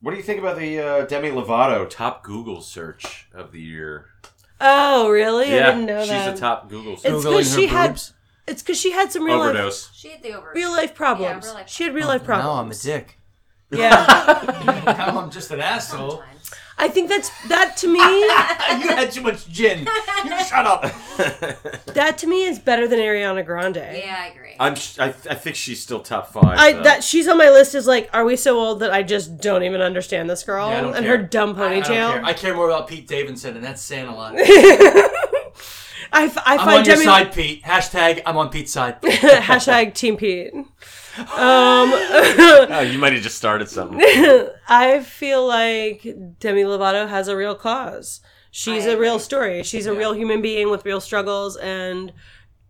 C: What do you think about the uh, Demi Lovato top Google search of the year?
B: Oh, really? I didn't know
C: she's
B: that.
C: the top Google search.
B: It's 'cause she had- it's because she had some real life, <laughs>
C: Overdose.
D: She had the over.
B: real life problems.
D: Yeah, real life.
B: She had real
E: Oh,
B: life
E: <laughs>
B: problems.
E: Now I'm
B: <laughs>
E: a dick.
B: Yeah,
E: now I'm just an asshole.
D: Sometimes.
B: I think that's that to
D: <laughs>
B: me.
E: <laughs> you had too much gin. You shut up.
B: that to me is better than Ariana Grande.
D: Yeah, I agree.
C: I'm. sh- I, I think she's still top five.
B: I
C: though.
B: that she's on my list is like, are we so old that I just don't even understand this girl
E: Yeah, I don't
B: and
E: care.
B: her dumb
E: I, don't care.
B: ponytail?
E: I care more about Pete Davidson, and that's saying
B: <laughs>
E: a lot.
B: I, f- I
E: I'm
B: find
E: on your
B: Demi
E: side, Pete. Hashtag I'm on Pete's side.
B: <laughs> hashtag Team Pete. <clears throat> Um,
C: <laughs> Oh, you might have just started something. <laughs>
B: I feel like Demi Lovato has a real cause. She's
D: I
B: a real
D: agree.
B: story. She's a real human being with real struggles, and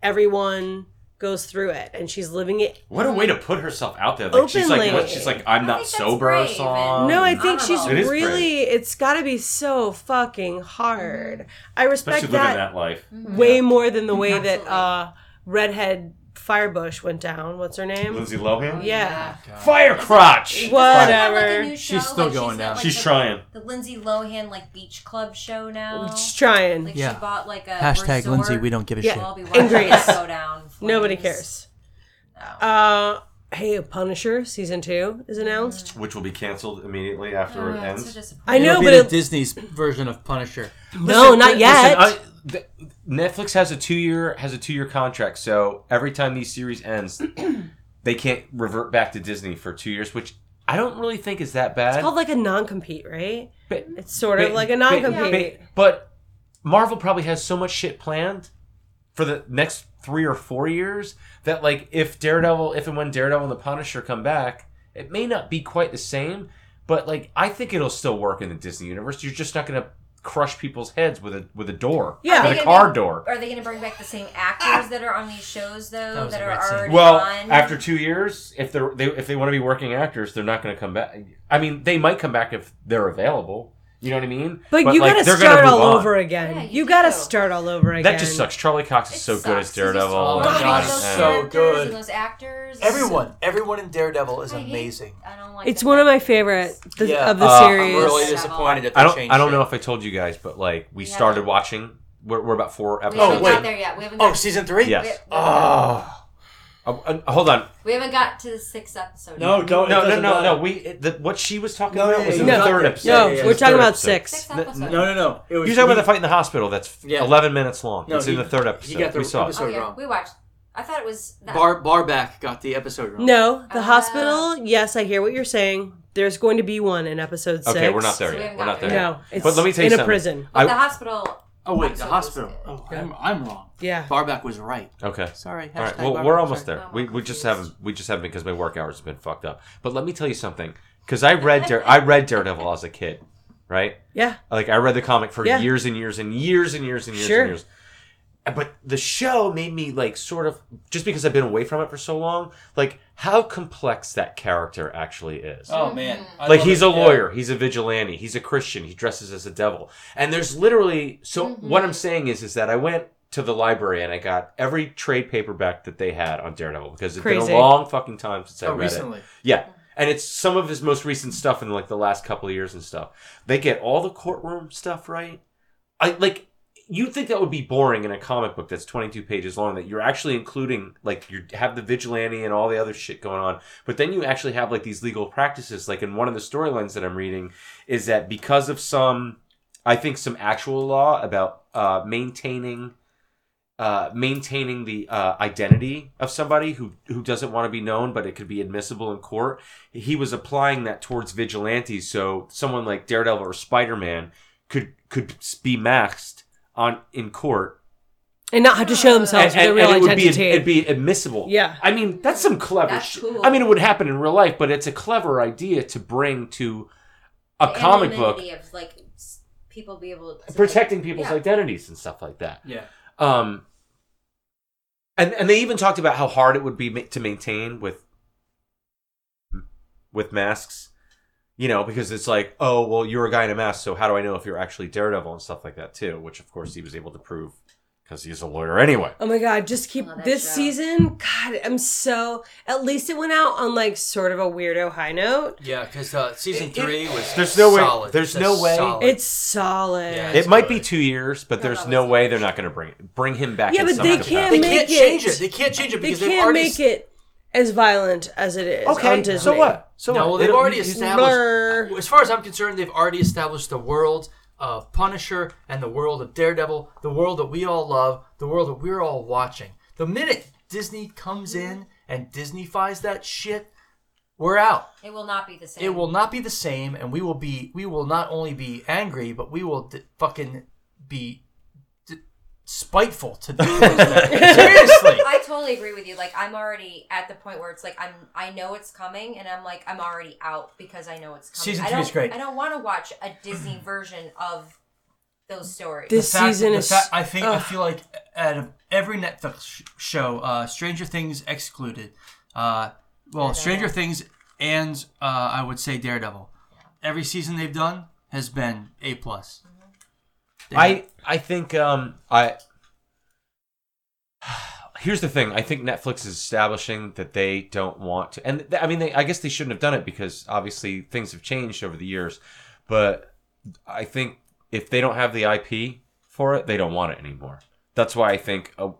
B: everyone goes through it, and she's living it.
C: What a way to put herself out there. Like she's like,
B: Openly.
C: what, she's like, I'm
D: I
C: not
D: think that's
C: sober or
D: brave,
E: Oh,
C: song.
B: No, I
D: Um,
B: think
D: I don't
B: she's
D: know.
C: It is brave.
B: really. It's got to be so fucking hard. I
C: especially
B: respect
C: living
B: that,
C: that life.
B: way more than the way that
D: Absolutely.
B: uh, redhead Firebush went down. What's her name?
C: Lindsay Lohan.
B: Yeah.
C: Fire crotch.
D: Does she
B: Whatever.
D: have, like, a new
E: She's
D: show?
E: still
D: Like,
E: going
D: got,
E: down.
D: like,
C: She's
D: the-
C: trying.
D: The Lindsay Lohan like beach club show now.
B: She's trying.
D: Like
E: Yeah.
D: she bought like a
E: Hashtag
D: resort.
E: Lindsay. We don't give a
B: Yeah.
E: shit.
D: We'll all be
B: In
D: watching
B: Greece.
D: it go down. in
B: Nobody
D: flames.
B: cares. Uh, hey, Punisher season two is announced.
C: Which will be canceled immediately after it
D: Oh, it's so
C: ends.
B: I
D: disappointing.
E: It'll
B: know,
E: be
B: but
E: the
B: it,
E: Disney's version of Punisher.
B: no, not yet.
C: Listen, I, th- Netflix has a two year has a two year contract, so every time these series ends, <clears throat> they can't revert back to Disney for two years, which I don't really think is that bad.
B: it's called like a non-compete, right?
C: But-
B: It's sort of
C: but-
B: like a
C: but-
B: non-compete.
C: But, but Marvel probably has so much shit planned for the next three or four years that like if Daredevil, if and when Daredevil and the Punisher come back, it may not be quite the same. But like I think it'll still work in the Disney universe. You're just not gonna crush people's heads with a with a door,
B: Yeah.
C: with a
D: Are they
C: car
D: gonna-
C: door.
D: Are they going to bring back the same actors that are on these shows though?
E: That was
D: That,
E: a
D: are
E: great scene.
D: already
C: Well,
D: on?
C: after two years, if they're they, if they want to be working actors, they're not going to come back. I mean, they might come back if they're available. You know what I mean?
B: But, you
C: like,
B: got to
C: they're gonna
B: start
C: move
B: all
C: on.
B: over again.
D: Yeah,
B: you
D: you
B: got to
D: do.
B: start all over again.
C: That just sucks. Charlie Cox is
D: It
C: so
D: sucks.
C: good
D: He's
C: as
D: just
C: Daredevil.
E: Oh my
D: vomiting
E: God,
D: those
E: it's so
D: characters
E: good.
D: And those actors.
E: Everyone, everyone in Daredevil is
D: I hate-
E: amazing.
D: I don't like.
B: It's
D: the
B: one of
D: fact
B: my
D: that
B: favorite the,
E: Yeah.
B: of the
C: Uh, I'm
B: series.
E: I'm really
D: Yes.
E: disappointed that they
C: I don't
E: changed
C: I don't
E: it.
C: know if I told you guys, but like we
D: Yeah.
C: started watching. We're, we're about four
D: We
C: episodes.
E: Oh,
D: haven't
E: wait.
D: got there yet. We haven't.
E: Oh,
D: got-
E: season three.
C: Yes.
D: Oh.
E: Oh,
C: Uh, uh, hold on.
D: We haven't got to the sixth episode.
F: No,
D: yet.
F: don't. it
C: No, no,
F: doesn't
C: no, no.
F: matter.
C: We it- the, what she was talking
F: No,
C: about
F: yeah,
C: was
F: yeah,
C: in
B: yeah.
C: the third
E: No,
C: episode.
B: No,
E: yeah, yeah,
B: we're
E: it's
B: talking
C: third
B: about
C: episode.
B: six.
D: Sixth episode.
F: No, no, no. It was
C: You're talking about
F: he-
C: the fight in the hospital. That's
E: Yeah.
C: eleven minutes long.
E: No,
C: it's
E: he-
C: in the third
E: He
C: episode.
E: got the
C: we saw. it.
E: episode
D: oh yeah,
E: wrong.
D: we watched. I thought it was that.
E: Bar Barback got the episode wrong.
B: No, the
D: Uh,
B: hospital. Yes, I hear what you're saying. There's going to be one in episode six.
C: Okay, we're not there
D: So we
C: yet.
D: haven't
C: We're
D: got
C: not there.
D: there.
C: yet.
B: No, it's
C: But let me tell you
B: in a
C: something.
B: prison.
D: but
C: I-
D: the hospital.
E: Oh wait, the
D: episode
E: hospital.
D: was-
E: Oh, I'm, I'm wrong.
B: Yeah.
E: Barback was right.
C: Okay.
E: Sorry.
C: All right.
E: hashtag
C: Well,
E: Barback,
C: we're almost
E: sorry.
C: there.
D: I'm
C: We, we just
D: confused.
C: haven't we just haven't because my work hours have been fucked up. But let me tell you something. Because I read Dare, I read Daredevil as a kid, right?
B: Yeah.
C: Like I read the comic for
B: Yeah.
C: years and years and years and years and years
B: Sure.
C: and years. But the show made me like sort of just because I've been away from it for so long, like how complex that character actually is.
B: Mm-hmm.
F: Oh man. I
C: like
F: love
C: he's
F: it.
C: a
F: Yeah.
C: lawyer, he's a vigilante, he's a Christian, he dresses as a devil. And there's literally so what I'm saying is is that I went to the library and I got every trade paperback that they had on Daredevil because it's been
B: Crazy.
C: a long fucking time since I
E: Oh,
C: read it.
E: recently.
C: Yeah. And it's some of his most recent stuff in like the last couple of years and stuff. They get all the courtroom stuff right. I like you'd think that would be boring in a comic book that's 22 pages long that you're actually including like you have the vigilante and all the other shit going on but then you actually have like these legal practices like in one of the storylines that i'm reading is that because of some i think some actual law about uh, maintaining uh, maintaining the uh, identity of somebody who who doesn't want to be known, but it could be admissible in court. He was applying that towards vigilantes, so someone like Daredevil or Spider Man could could be maxed on in court,
B: And not have to
E: Uh,
B: show themselves
C: and,
B: their
C: and-
B: real
C: and it would be
B: identity.
C: it'd be admissible.
B: Yeah.
C: I mean that's some clever.
D: That's
C: shit.
D: cool.
C: I mean it would happen in real life, but it's a clever idea to bring to a
D: the
C: comic book,
D: anonymity Of, like s- people be able to
C: protecting people's
D: Yeah.
C: identities and stuff like that.
E: Yeah.
C: Um, and and they even talked about how hard it would be ma- to maintain with with masks, you know, because it's like, oh, well, you're a guy in a mask, so how do I know if you're actually Daredevil and stuff like that too? Which of course he was able to prove because he's a lawyer anyway.
B: Oh my god, just keep
D: Oh, that
B: this
D: show.
B: season. God, I'm so. At least it went out on like sort of a weirdo high note.
E: Yeah, because uh, season
C: It- it-
E: three was
C: there's no way-
E: solid.
C: there's
E: Just
C: no way-
E: solid.
B: It's solid.
E: Yeah,
C: It
E: That's
C: might
E: good.
C: be two years, but
D: No,
C: there's
D: that
C: no
D: was-
C: way they're not going to bring bring him back.
B: Yeah,
C: in
B: but
C: some
B: they
C: other
B: can't
E: they
C: capacity.
B: make-
E: can't
B: it-
E: change it. They can't change it
B: They
E: because
B: can't
E: have already
B: make it as violent as it is. on
C: Okay,
B: Disney.
C: so what? So
E: No,
C: what?
E: well, they've
C: don't-
E: already
C: he's-
E: established.
B: blur.
E: As far as I'm concerned, they've already established the world of Punisher and the world of Daredevil, the world that we all love, the world that we're all watching. The minute Disney comes in and Disneyfies that shit, we're out.
D: It will not be the same.
E: It will not be the same, and we will be. We will not only be angry, but we will d- fucking be d- spiteful to do this. Seriously.
D: I totally agree with you. Like I'm already at the point where it's like I'm I know it's coming and I'm like I'm already out because I know it's coming.
E: Season
D: I
E: three
D: don't,
E: is great.
D: I don't want to watch a Disney version of those stories.
B: This
E: The fact-
B: season
E: the
B: is.
E: fact- I think I
B: ugh.
E: feel like out of every Netflix sh- show, uh, Stranger Things excluded. Uh, well, Stranger Things and uh, I would say Daredevil. Every season they've done has been a plus.
C: I I think um I here's the thing. I think Netflix is establishing that they don't want to, and th- I mean, they, I guess they shouldn't have done it because obviously things have changed over the years. But I think if they don't have the IP for it, they don't want it anymore. That's why I think a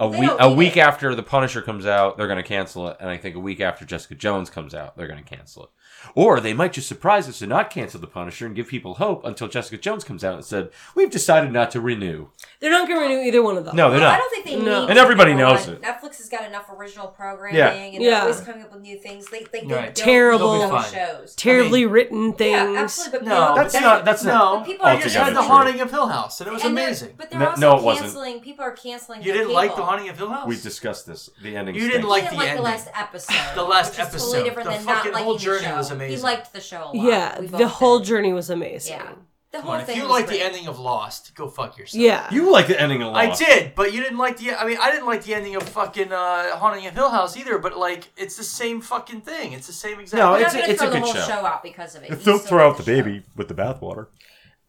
C: a
D: They
C: week
D: don't
C: a
D: need
C: week
D: it.
C: after The Punisher comes out, they're going to cancel it, and I think a week after Jessica Jones comes out, they're going to cancel it. Or they might just surprise us and not cancel The Punisher and give people hope until Jessica Jones comes out and said, "We've decided not to renew."
B: They're not going to renew either one of them.
C: No, they're
D: Well, I
C: not.
D: don't think they
B: No.
D: need.
C: And everybody
D: to
C: knows
D: go on.
C: it.
D: Netflix has got enough original programming,
C: Yeah.
D: and
B: Yeah.
D: they're always coming up with new things. They, they, they don't
E: Right.
B: Terrible.
D: need
E: They'll be
D: those
E: fine.
D: shows.
B: Terribly written things.
D: Yeah, absolutely. But
E: No,
D: no,
E: That's
D: but
C: not- that's not
E: no,
D: But people are
E: I just
D: altogether
E: had the
C: true.
E: haunting of Hill House, and it was
D: and they're-
E: amazing.
D: But they're
C: No-
D: also
C: no, it wasn't.
D: canceling. People are canceling.
E: You
D: their
E: didn't like the
D: people.
E: haunting of Hill House?
C: We've discussed this. The ending.
E: You
C: stinks.
E: didn't
D: He
E: like
D: didn't
E: the
D: like the
E: ending.
D: last episode.
E: The last
D: which is
E: episode.
D: Totally different
E: The
D: than not
E: fucking
D: liking
E: whole
D: the
E: journey
D: show.
E: was amazing.
D: He liked the show a lot.
B: Yeah,
D: We
B: the
D: both
B: whole
D: did.
B: journey was amazing.
D: Yeah. The
E: Come
D: whole
E: on,
D: thing.
E: if you
D: was
E: like
D: great.
E: the ending of Lost, go fuck yourself.
B: Yeah.
C: You like the ending a lot.
E: I did, but you didn't like the. I mean, I didn't like the ending of fucking uh, Haunting of Hill House either. But like, it's the same fucking thing. It's the same exact.
C: No,
D: We're not
C: it's a-
D: gonna
C: it's a
D: throw the
C: good
D: whole
C: show.
D: show out because of it. You
C: Don't
D: still
C: throw
D: like
C: out the
D: show.
C: baby with the bathwater.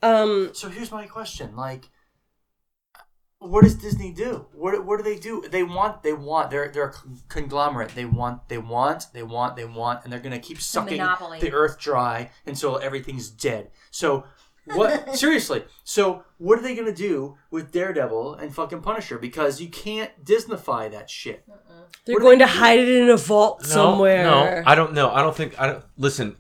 B: Um.
E: So here's my question: Like, what does Disney do? What what do they do? They want they want they're they're a con- conglomerate. They want they want they want they want, and they're gonna keep sucking
D: monopoly.
E: the earth dry until everything's dead. So What seriously? So what are they gonna do with Daredevil and fucking Punisher? Because you can't Disneyfy that shit.
B: They're
E: What do
B: going
E: they
B: to hide it in a vault somewhere.
C: No, I don't know. I don't think. I don't listen.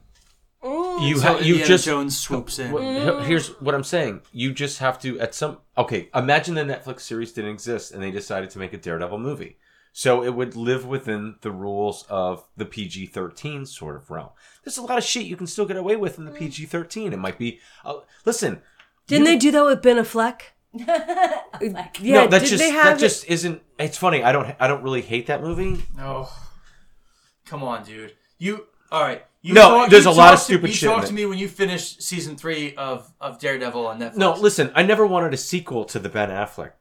C: You
E: So
C: ha- you
E: Indiana
C: just
E: Jones swoops in.
C: Wh-
B: Mm.
C: he- Here's what I'm saying. You just have to at some okay. Imagine the Netflix series didn't exist and they decided to make a Daredevil movie, so it would live within the rules of the PG-13 sort of realm. There's a lot of shit you can still get away with in the
B: Mm.
C: PG-13. It might be. Uh, listen,
B: Didn't they do that with Ben Affleck?
D: <laughs> Affleck.
B: Yeah,
C: no, that
B: did
C: just
B: they have
C: that
B: it-
C: just isn't. It's funny. I don't. I don't really hate that movie.
E: No. Oh, Come on, dude. You all right. You
C: No, there's
E: you
C: a lot of
E: to-
C: stupid
E: you
C: shit in
E: talked
C: it.
E: to me when you finished season three of, of Daredevil on Netflix.
C: No, listen. I never wanted a sequel to the Ben Affleck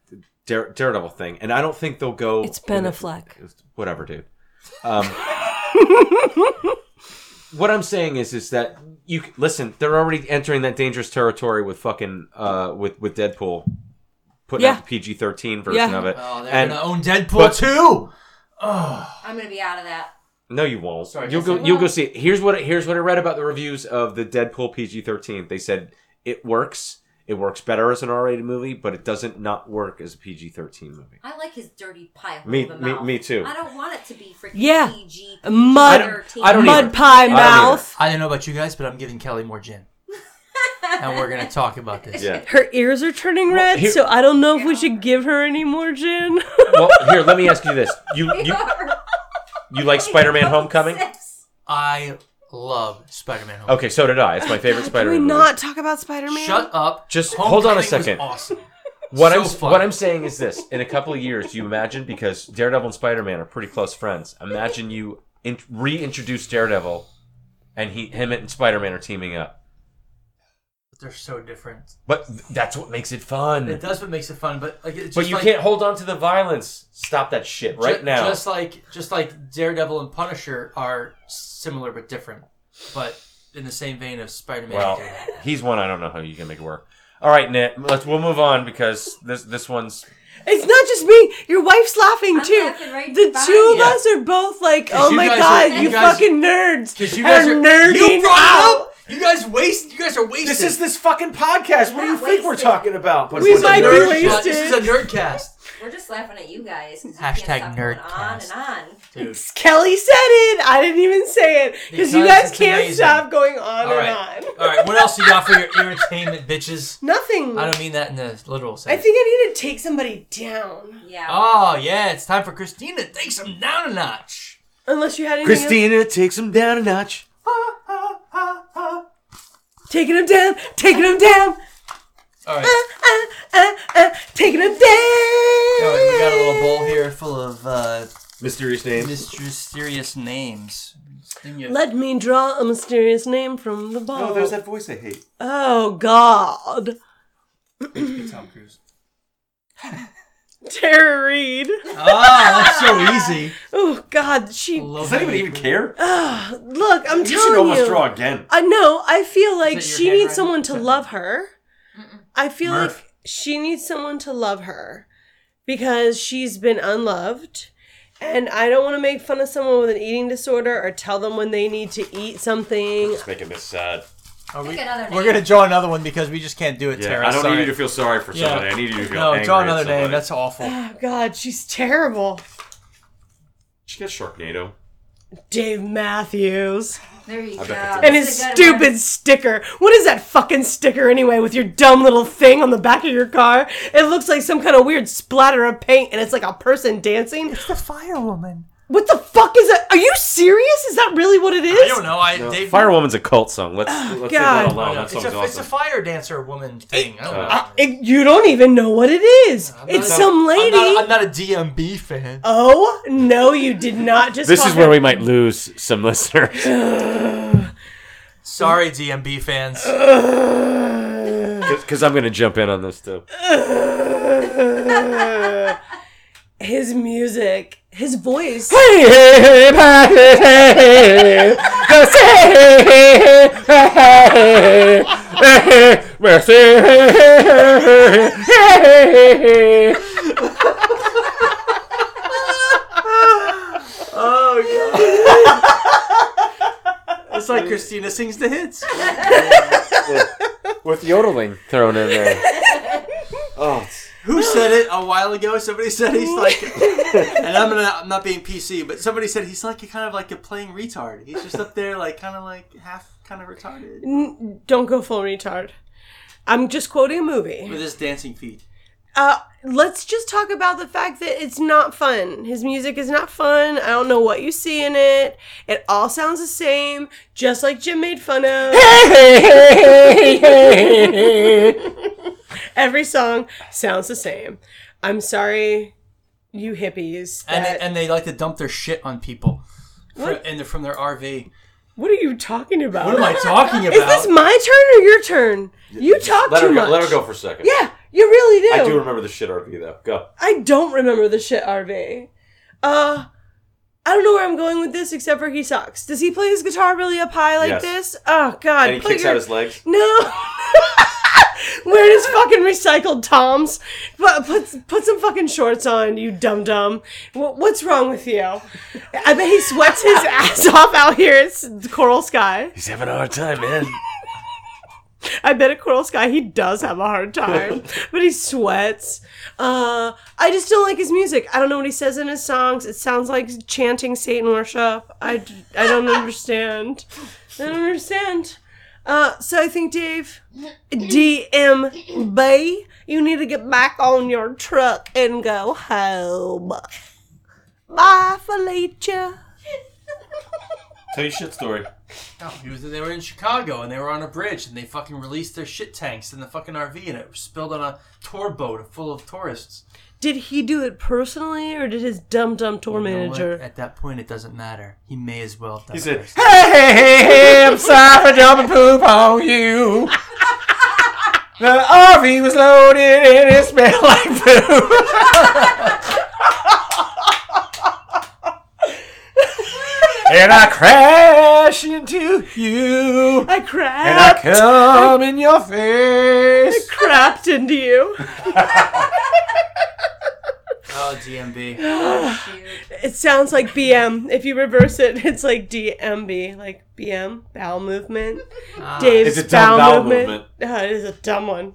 C: Dare, Daredevil thing, and I don't think they'll go.
B: It's Ben Affleck.
C: Whatever, dude.
B: <laughs>
C: Um, what I'm saying is, is that you c- listen. They're already entering that dangerous territory with fucking uh, with with Deadpool putting
B: Yeah.
C: out the PG-13 version
B: Yeah.
C: of it.
E: Oh, they're
C: and
E: gonna own Deadpool
C: but-
E: too. Oh,
D: I'm gonna be out of that.
C: no, you won't.
E: Sorry,
C: you'll
E: I
C: go.
E: said-
C: You'll go see it. Here's what. I- Here's what I read about the reviews of the Deadpool PG-13. They said it works. It works better as an R-rated movie, but it doesn't not work as a PG-13 movie.
D: I like his dirty pie. hole
C: Me-
D: of a
C: me-
D: mouth.
C: me too.
D: I don't want it to be freaking
B: Yeah.
D: PG.
B: Mud-
C: I don't- I don't
B: Mud
C: either.
B: pie
C: I don't
B: mouth.
E: I don't know about you guys, but I'm giving Kelly more gin, and we're gonna talk about this.
C: Yeah.
B: Her ears are turning
C: Well,
B: red,
C: here-
B: so I don't know if we should give her any more <laughs> gin.
C: well, here, let me ask you this:
E: <laughs>
C: you you, you like Spider-Man: Homecoming?
E: I love Spider-Man. Homecoming.
C: Okay, so did I. It's my
B: Can
C: favorite
B: we
C: Spider-Man. movie.
B: not talk about Spider Man?
E: Shut up.
C: Just hold on a
E: Homecoming was
C: second.
E: Awesome.
C: What
E: So
C: I'm
E: fun.
C: what I'm saying is this: in a couple of years, you imagine because Daredevil and Spider-Man are pretty close friends. Imagine you in, reintroduce Daredevil, and he him and Spider-Man are teaming up.
E: But they're so different.
C: But th- that's what makes it fun.
E: It does what makes it fun, but like, it's just
C: but you
E: like,
C: can't hold on to the violence. Stop that shit right
E: Ju-
C: now.
E: Just like just like Daredevil and Punisher are similar but different, but in the same vein of Spider-Man.
C: Well,
E: and Daredevil.
C: he's one I don't know how you can make it work. All right, Nit, let's we'll move on because this this one's
B: It's not just me. Your wife's laughing
D: I'm
B: too.
D: laughing right
B: the
D: by
B: two of
D: you.
B: us are both like, oh
E: you
B: my
E: guys
B: god,
E: are-
B: you,
E: you guys-
B: fucking nerds.
E: 'Cause you guys are
B: nerding
E: you brought it
B: out.
E: up. You guys waste. You guys are wasting.
C: This is this fucking podcast. What do you
D: Not
C: think we're
D: wasted.
C: talking about? But
B: We
C: it's a
B: might be
C: nerd
E: nerd-
B: wasted.
E: This is a nerdcast,
D: We're just laughing at you guys. 'cause you
E: Hashtag
D: can't stop going On
E: nerdcast.
D: and on.
E: dude.
B: Kelly said it. I didn't even say it because you
E: Because
B: guys
E: it's
B: can't
E: amazing.
B: stop going on
E: All right,
B: and on.
E: all right. What else you got for your entertainment, bitches?
B: Nothing.
E: I
B: I,
E: don't mean that in the literal sense.
B: think I need to take somebody down.
D: Yeah.
E: Oh yeah, it's time for Christina to take some down a notch.
B: Unless you had anything
C: Christina takes him down a notch.
B: else. Taking him down. Taking him down.
E: All right.
B: Uh, uh, uh, taking him down.
E: All right, Oh, we got a little bowl here full of uh,
C: Mysterious name.
E: mysterious names. Sting you.
B: Let me draw a mysterious name from the ball.
C: that voice I hate.
B: Oh God,
E: Tom Cruise.
B: <laughs> Tara Reed.
E: Uh, Oh, that's so easy.
B: Oh God, she.
E: Does
C: care?
B: Ugh, look, I'm telling you.
C: again.
B: I know. I feel like
E: that your
B: she needs
E: handwriting?
B: someone to
E: Is that-
B: love her. I feel
E: Murph.
B: like she needs someone to love her because she's been unloved. And I don't want to make fun of someone with an eating disorder or tell them when they need to eat something.
C: making me sad.
E: we,
D: Pick another
E: are
D: name.
E: gonna draw another one because we just can't do it, Tara. sorry.
C: feel sorry for
E: Yeah.
C: need you to feel
E: No,
C: angry
E: draw
C: at
E: another
C: somebody.
E: name. That's awful.
B: Oh, God, she's terrible.
C: she got Sharknado.
B: Dave Matthews.
D: There you
C: I bet
D: go.
C: that's a-
B: And
D: That's
B: his
D: a good one.
B: stupid sticker. What is that fucking sticker anyway with your dumb little thing on the back of your car? It looks like some kind of weird splatter of paint and it's like a person dancing.
E: The firewoman.
B: What the fuck is that? Are you serious? Is that really what it is?
E: I don't know. I they,
C: Firewoman's a cult song. <sighs> Let's let's leave that
B: God.
E: I
C: alone.
E: don't know.
C: That
E: It's,
C: song's
E: a, it's a
C: awesome.
E: fire dancer woman thing. I don't know.
C: Uh,
B: It- you don't even know what it is.
E: I'm
B: it's
E: not-
B: some
E: I'm
B: lady.
E: not, I'm not a DMB fan.
B: oh no, you did not just.
C: This is
B: fucking-
C: where we might lose some listeners
E: Sorry, DMB fans.
C: because I'm going to jump in on this too.
B: his music, his voice.
C: That's
E: Oh god. it's like Christina sings the hits.
C: with yodeling thrown in there. Oh, it's-
E: Who said it a while ago? Somebody said he's like, and I'm not, I'm not being PC, but somebody said he's like a kind of like a playing retard. He's just up there like kind of like half kind of retarded
B: N- Don't go full retard. I'm just quoting a movie.
E: with his dancing feet.
B: Uh, let's just talk about the fact that it's not fun. His music is not fun. I don't know what you see in it. It all sounds the same, just like Jim made fun of. Every song sounds the same. I'm sorry, you hippies.
E: And
B: that-
E: they, and they like to dump their shit on people. Fr- and they're from their RV.
B: what are you talking about?
E: What am I talking about?
B: Is this my turn or your turn? You talk
C: let
B: too
C: her go.
B: much.
C: Let her go <laughs> for a second.
B: Yeah, you really do.
C: I do remember the shit RV though. Go.
B: I don't remember the shit RV. Uh, I don't know where I'm going with this except for he sucks. Does he play his guitar really up high like
C: Yes.
B: this? Oh God!
C: And he
B: put
C: kicks
B: your-
C: out his <laughs> legs.
B: no. <laughs> Wearing his fucking recycled toms. Put, put put some fucking shorts on, you dum dum. What, what's wrong with you? I bet he sweats
C: <laughs>
B: his ass off out here. It's Coral Sky.
C: He's having a hard time, man.
B: I bet at Coral Sky he does have a hard
C: <laughs>
B: time, but he sweats. Uh, I just don't like his music. I don't know what he says in his songs. It sounds like chanting Satan worship. I, d- I
C: <laughs>
B: don't understand. I don't understand. Uh, so I think Dave, DMB, you need to get back on your truck and go home. Bye, Felicia.
C: Tell your shit story.
E: No, he was, they were in Chicago and they were on a bridge and they fucking released their shit tanks in the fucking RV and it was spilled on a tour boat full of tourists.
B: Did he do it personally, or did his dum dum tour
E: You know what?
B: manager?
E: At that point, it doesn't matter. He may as well have done
C: He
E: it
C: said, <laughs>
E: first.
C: "Hey, hey, hey, hey! I'm sorry for dumping poop on you. The RV was loaded and it smelled like poop." And I crash into you,
B: I
C: and I
B: crapped.
C: come in your
B: <laughs>
C: face.
B: crapped into you.
E: Oh, DMB.
D: Shoot.
B: It sounds like BM. If you reverse it, it's like DMB, like BM bowel movement. Dave's
C: It's a dumb bowel
B: Uh, it is a dumb one,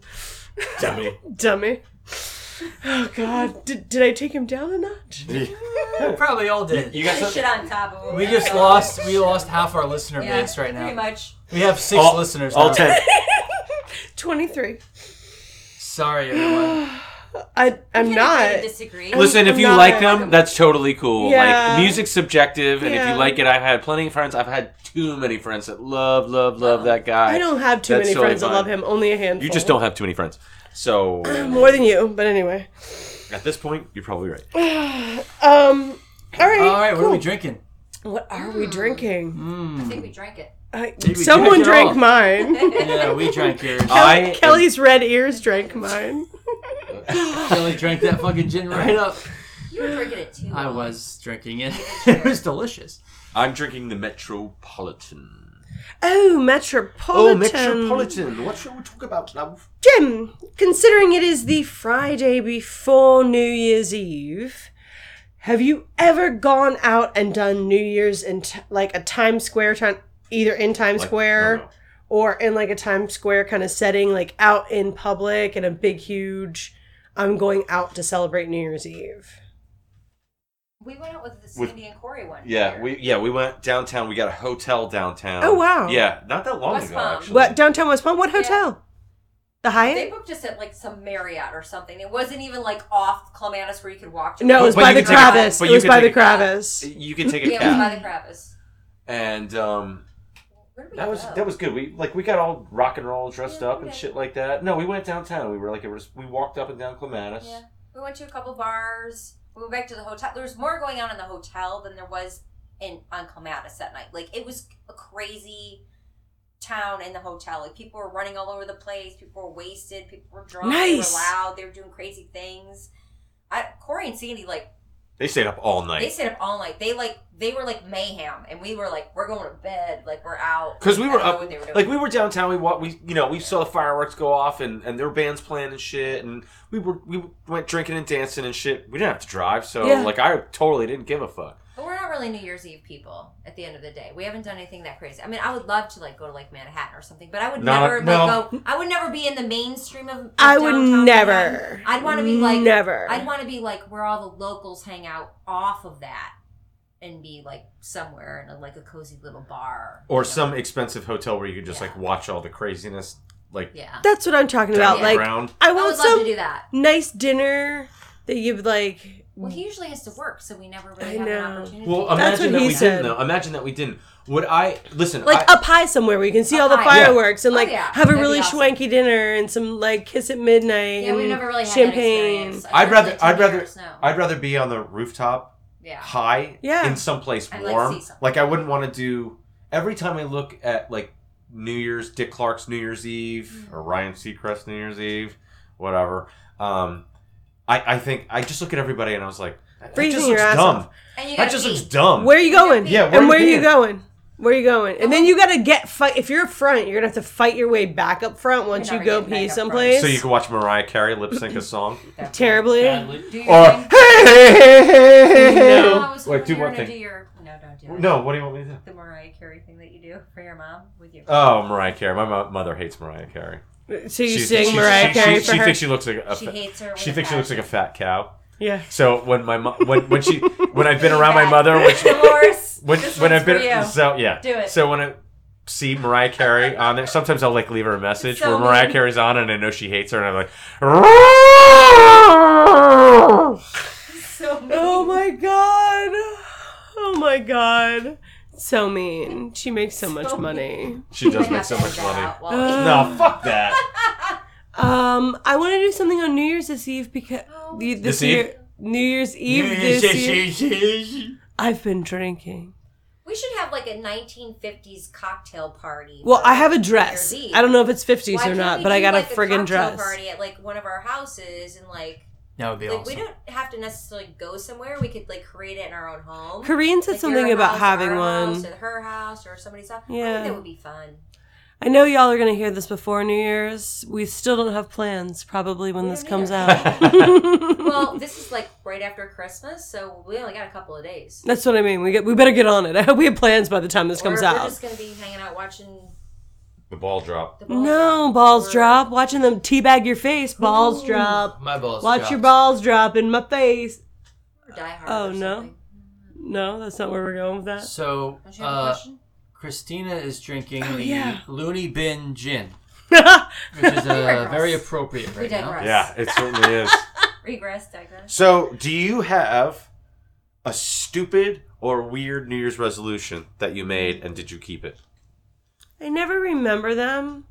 C: Dummy.
B: <laughs> dummy. Oh God, did, did I take him down a notch?
C: <laughs>
E: We <gasps> probably all did.
C: You got
D: Put
C: something?
D: shit on top of it.
E: we just lost. We lost half our listener
D: Yeah,
E: base right
D: Pretty
E: now.
D: much.
E: We have six
C: All-
E: listeners.
C: All
E: now.
C: ten.
B: <laughs> Twenty three.
E: Sorry, everyone.
B: I I'm
D: Can
B: not.
D: agree to disagree.
C: Listen, if you
B: Not
C: like
B: like
C: them,
B: them.
C: that's totally cool.
B: Yeah.
C: Like music's subjective, and if
B: Yeah.
C: you like it, I've had plenty of friends. I've had too many friends that love, love, love that guy.
B: Oh, I don't have too
C: That's
B: many
C: totally
B: friends that
C: fine.
B: love him. Only a handful.
C: You just don't have too many friends. So
B: More than you, but anyway.
C: at this point, you're probably right.
B: Um. All right.
E: All right, what are we drinking?
B: What are we
C: Mm.
B: drinking?
D: I think we drank it.
B: I,
E: we
B: someone
E: drink it
B: drank
E: all?
B: mine.
E: Yeah, we drank yours.
C: <laughs> I am-
B: Kelly's red ears drank mine.
E: Kelly drank that fucking gin right up.
D: You were drinking it too.
E: I was drinking it. <laughs> it was delicious.
C: I'm drinking the Metropolitan.
B: Oh, Metropolitan.
C: Oh, Metropolitan. What shall we talk about, love?
B: Jim, considering it is the Friday before New Year's Eve, have you ever gone out and done New Year's in t- like a Times Square time, either in Times Square
C: no, no.
B: or in like a Times Square kind of setting, like out in public in a big, huge, I'm going out to celebrate New Year's Eve?
D: We went out with the
C: With-
D: Sandy and Corey one.
C: Yeah,
D: year.
C: we yeah we went downtown. We got a hotel downtown.
B: Oh, wow.
C: Yeah, not that long
D: West
C: ago
D: Palm.
C: actually.
B: What downtown West Palm? What hotel? The
D: They
B: Hyatt.
D: booked us at like some Marriott or something. It wasn't even like off Clematis where you could walk to.
B: No, it was
C: But
B: by
C: you
B: the
C: could take a-
B: Kravis.
C: but
B: It
C: you
B: was
C: could
B: by the
C: take a-
B: Kravis.
C: You can take a
D: Yeah, it was
C: cab,
D: by the Kravis.
C: and um,
D: Where did we
C: That was
D: go?
C: that was good. We like we got all rock and roll dressed
D: Yeah,
C: up
D: we
C: and
D: did.
C: shit like that. No, we went downtown. We were like it was, we walked up and down Clematis.
D: Yeah. We went to a couple bars. We went back to the hotel. There was more going on in the hotel than there was in on Clematis that night. Like it was a crazy town in the hotel. Like people were running all over the place. People were wasted. People were drunk.
B: Nice.
D: They were loud. They were doing crazy things. I, Corey and Sandy like
C: They stayed up all
D: they
C: night
D: stayed up all night. They like they were like mayhem, and we were like we're going to bed. Like we're out
C: because we
D: I
C: were
D: don't know
C: up.
D: what they were doing.
C: Like we were downtown. We walked. We you know we saw the fireworks go off and and there were bands playing and shit. And we were we went drinking and dancing and shit. We didn't have to drive, so
B: Yeah.
C: like I totally didn't give a fuck.
D: But we're not really New Year's Eve people at the end of the day. We haven't done anything that crazy. I mean, I would love to like go to like Manhattan or something, but I would
C: Not-
D: never
C: no.
D: like go. I would never be in the mainstream of. of
B: I would
D: downtown
B: never.
D: Manhattan. I'd want to be like
B: never.
D: I'd want to be like where all the locals hang out off of that, and be like somewhere in a, like a cozy little bar
C: or
D: you know?
C: some expensive hotel where you could just like watch all the craziness like
D: Yeah,
B: That's what I'm talking about.
C: down the
D: Yeah.
B: Like
C: ground.
B: I
D: I would
B: want
D: love
B: some
D: to do that.
B: nice dinner that you've like.
D: Well, he usually has to work, so we never
B: Mm. I
D: really have
B: know.
D: an opportunity.
C: Well,
B: That's
C: imagine
B: what
C: that
B: he
C: we
B: said.
C: didn't though. Imagine that we didn't. Would I listen?
B: Like uh,
C: I,
B: up high somewhere where you can see
D: Up
B: all the
D: high.
C: Yeah.
B: fireworks and
D: Oh,
B: like
D: yeah.
B: have a
D: That'd be
B: really
D: awesome.
B: swanky dinner and some like kiss at midnight
D: yeah,
B: and
D: we never really had
B: champagne.
D: That
C: I'd rather- I'd rather-
D: No.
C: I'd rather be on the rooftop
D: yeah.
C: high
B: Yeah.
C: in some place
D: I'd like to
C: warm.
D: see
C: Like,
D: something.
C: I wouldn't want to do every time I look at like New Year's Dick Clark's New Year's Eve
D: Mm.
C: or Ryan Seacrest New Year's Eve, whatever. Um, I I think I just look at everybody and I was like, that
B: Freezing
C: just
B: your
C: looks
B: ass
C: dumb.
B: off.
D: And you
C: That
D: gotta
C: just
D: pee.
C: looks dumb.
B: Where are you going?
D: Yeah,
C: where
B: and
C: are
B: where are
C: you
B: you going? Where are you going? And
D: Oh.
B: then you gotta get fight. If you're up front, you're gonna have to fight your way back up front once you
D: never
B: go
D: getting back
B: pee
D: up front.
B: someplace.
C: so you can watch Mariah Carey lip sync a song,
D: <laughs> Definitely.
B: terribly.
E: Badly.
D: Do your
C: or hey,
D: thing.
C: hey, hey, hey, <laughs> hey, hey.
D: No, I was
C: Wait,
D: hoping
C: do
D: you were
C: one
D: gonna
C: thing.
D: do your- no, don't do it.
C: No, what do you want me to do?
D: The Mariah Carey thing that you do for your mom with your.
C: Oh, Mariah Carey. My mo- mother hates Mariah Carey.
B: so you
C: She's-
B: sing
C: she-
B: Mariah
C: she,
B: Carey
C: She,
B: for
C: she
B: her.
C: thinks she looks like a.
D: she
C: fa-
D: hates her. With
C: she
D: a
C: thinks she looks like a
D: passion.
C: fat cow.
B: yeah.
C: So when my mo- when
D: <laughs>
C: when she when I've been around my
D: Fat.
C: mother, which
D: Dolores,
C: <laughs> when
D: this
C: when
D: one's
C: I've
D: for
C: been
D: you.
C: so yeah.
D: Do it.
C: So when I see Mariah Carey on there, sometimes I'll like leave her a message
D: It's so
C: where Mariah
D: mean.
C: Carey's on, and I know she hates her, and
D: <laughs>
C: I'm like. <laughs>
D: so mean.
B: Oh my god. Oh my god. So mean. She makes so, much
D: So mean.
B: money.
C: She
D: I
C: does make
D: have
C: so
D: to
C: much
D: edit that
C: money. Uh.
D: out while we-
C: No, fuck that.
B: Um, I want to do something on New Year's this eve because
D: Oh.
B: this,
C: This
B: year,
C: eve?
B: New Year's Eve this year. I've been drinking.
D: We should have like a 1950s cocktail party.
B: Well,
D: for
B: I have a
D: New
B: dress.
D: Year's Eve.
B: I don't know if it's fifties
D: Why
B: or
D: can't
B: not,
D: we
B: but I
D: do,
B: got
D: like,
B: a
D: a
B: friggin'
D: cocktail
B: dress.
D: Party at like one of our houses and like
E: That would be
D: like we
E: awesome.
D: don't have to necessarily go somewhere. We could like create it in our own home.
B: Corinne said
D: Like, your
B: something about
D: house,
B: having
D: our
B: one.
D: House, or her house or somebody's house. I
B: Yeah.
D: think that would be fun.
B: I know y'all are gonna hear this before New Year's. We still don't have plans, probably when
D: We
B: this
D: don't
B: comes
D: either. <laughs>
B: out.
D: Well, this is like right after Christmas, so we only got a couple of days.
B: That's what I mean. We get, we better get on it. <laughs> I hope we have plans by the time this comes
D: we're,
B: out.
D: We're just gonna be hanging out watching
C: The ball drop.
D: the ball
B: No,
D: drop.
B: balls
D: Or-
B: drop. Watching them teabag your face. Balls
D: Ooh.
B: drop.
E: My balls.
B: Watch
E: dropped.
B: your balls drop in my face.
D: or Die Hard.
B: Oh,
D: or
B: no.
D: something.
B: No, that's not where we're going with that.
E: So,
D: Don't you have a
E: uh,
D: question?
E: Christina is drinking
B: Oh,
E: the
B: yeah.
E: Looney Bin Gin,
C: <laughs>
D: <laughs>
E: which is uh,
D: digress.
E: very appropriate
D: We
E: right now.
D: digress.
C: Yeah, it certainly is.
D: Regress, digress.
C: So, do you have a stupid or weird New Year's resolution that you made, and did you keep it?
B: <laughs> I never remember them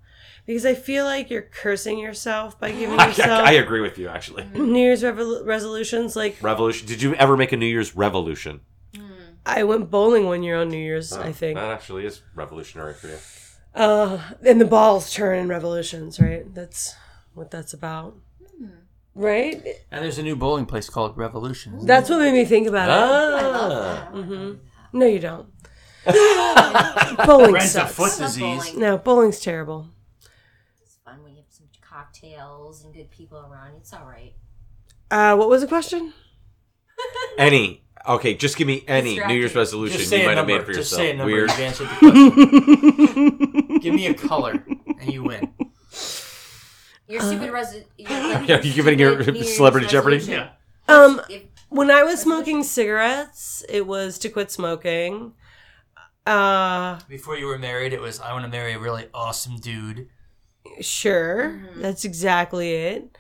B: because I feel like you're cursing yourself by giving
C: <laughs> I, I,
B: yourself
C: I agree with you, actually.
B: New Year's revol- resolutions. Like
C: Revolution. Did you ever make a New Year's revolution?
D: Hmm.
B: I went bowling one year on New Year's,
C: Oh,
B: I think.
C: that actually is revolutionary for you.
B: Uh, and the balls turn in revolutions, right? That's what that's about,
C: Hmm.
B: right?
E: And there's a new bowling place called Revolution.
B: That's what made me think about it. Mm-hmm.
D: I
C: Ah.
D: love that.
B: No, you
C: <laughs>
B: don't. bowling
E: Brent's a
B: sucks.
E: foot
D: I love
E: disease.
D: bowling.
B: No, bowling's terrible.
D: It's fun when you have some cocktails and good people around. It's all right.
B: Uh, what was the question?
C: Any. Okay, just give me any New
D: Distracting.
C: Year's resolution
E: Just
C: you
E: say a
C: might have
E: number.
C: made for
E: Just
C: yourself.
E: say a number.
C: Weird.
E: You've answered the <laughs> question. Give me a <laughs> color, and you win.
B: Uh.
D: Your stupid
B: <laughs>
D: resi- your, like,
C: Yeah, you giving your
D: stupid New Year's
C: celebrity Jeopardy?
D: resolution.
B: Um,
D: If,
B: when I was smoking cigarettes, it was to quit smoking. Uh,
E: Before you were married, it was I want to marry a really awesome dude.
B: sure, that's exactly it.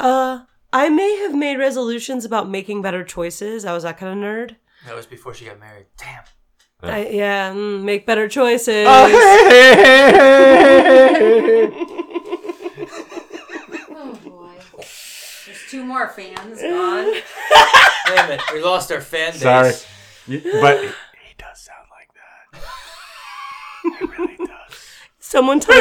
B: Uh, I may have made resolutions about making better choices. I was that kind of nerd.
E: That was before she got married. Damn.
C: Yeah.
B: I, yeah, mm, make better
E: <laughs>
B: choices.
D: oh boy, there's two more fans gone.
B: <laughs>
E: Wait a minute, we lost our fan base.
C: Sorry. You- But <laughs> he does sound like that. He really does.
B: Someone
E: <laughs>
B: tell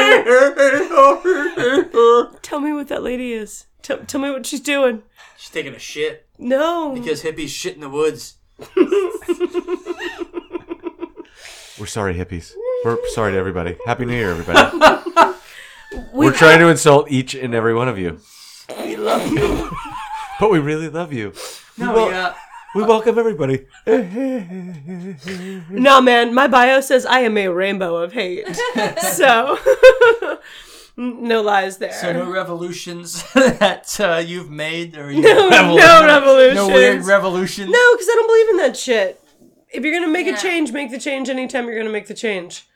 B: me, tell me what that lady is. Tell, tell me what she's doing.
E: She's taking a shit
B: No.
E: because hippies shit in the woods.
C: We're sorry, hippies. We're sorry to everybody. Happy New Year, <laughs> everybody.
B: We've-
C: We're trying to insult each and every one of you. We love you. <laughs> But we really love you.
E: No,
C: Well-
E: yeah.
C: We welcome everybody.
B: No, man, my bio says I am a rainbow of
E: <laughs>
B: hate. so, <laughs> n- no lies there.
E: So no revolutions <laughs> that uh, you've made, or you
B: No, no
E: no weird
B: revolutions.
E: revolutions.
B: No, because I don't believe in that shit. If you're gonna make
D: Yeah.
B: a change, make the change anytime you're gonna make the change.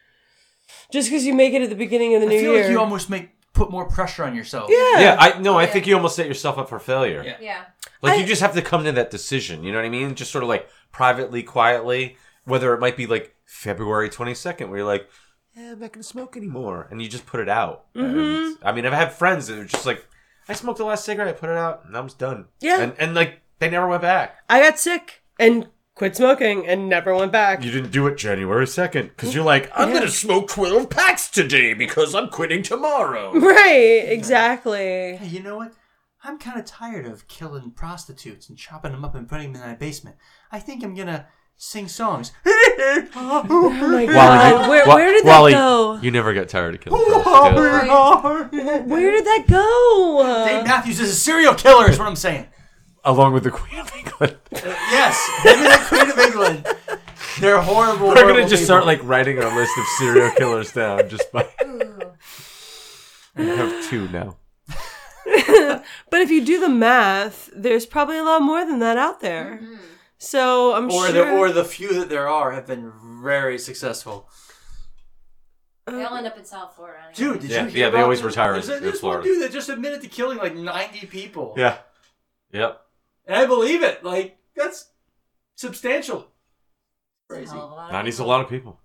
B: Just because you make it at the beginning of the
E: I
B: new
E: feel
B: year.
E: like you almost make put more pressure on yourself.
B: yeah.
C: Yeah, I no, I
D: Yeah.
C: think you almost set yourself up for failure.
E: Yeah.
D: Yeah.
C: Like
B: I-
C: you just have to come to that decision. You know what I mean? Just sort of like privately, quietly, whether it might be like February twenty second, where you're like, eh, I'm not gonna smoke anymore, and you just put it out. And,
B: Mhm.
C: I mean, I've had friends that are just like, I smoked the last cigarette, I put it out, and I was done.
B: Yeah.
C: and, and like they never went back.
B: I got sick and quit smoking and never went back.
C: You didn't do it January second because you're like, I'm
B: Mm-hmm. Yeah.
C: gonna smoke twelve packs today because I'm quitting tomorrow.
B: <laughs> Right, exactly.
E: Hey, you know what? I'm kind of tired of killing prostitutes and chopping them up and putting them in my basement. I think I'm gonna sing songs. <laughs>
B: Oh my
C: Wally,
B: god, where,
C: Wa-
B: where did
C: Wally,
B: that go?
C: You never got tired <laughs> of killing prostitutes.
E: Dave
B: Where did that go?
E: <laughs> Matthews is a serial killer. Is what I'm saying.
C: along with the Queen of England.
E: Yes, him and the Queen of England. They're horrible.
C: We're gonna
E: horrible
C: just start
E: people.
C: like writing our list of serial killers down just
D: <laughs>
C: by
D: Ooh.
C: I have two now.
B: <laughs> But if you do the math, there's probably a lot more than that out there. So I'm
E: or
B: sure.
E: the or the few that there are have been very successful.
D: They all end up in South Florida. anyway.
E: Dude, did
C: Yeah,
E: you hear
C: yeah, they
E: about
C: always
E: the-
C: retire
E: There's
C: in- in
E: this one
C: Florida.
E: dude that just admitted to killing like 90 people.
C: Yeah. Yep.
E: And I believe it. Like that's substantial.
D: It's
E: Crazy.
D: a hell of a lot of
C: Ninety's a
D: people.
C: lot of people.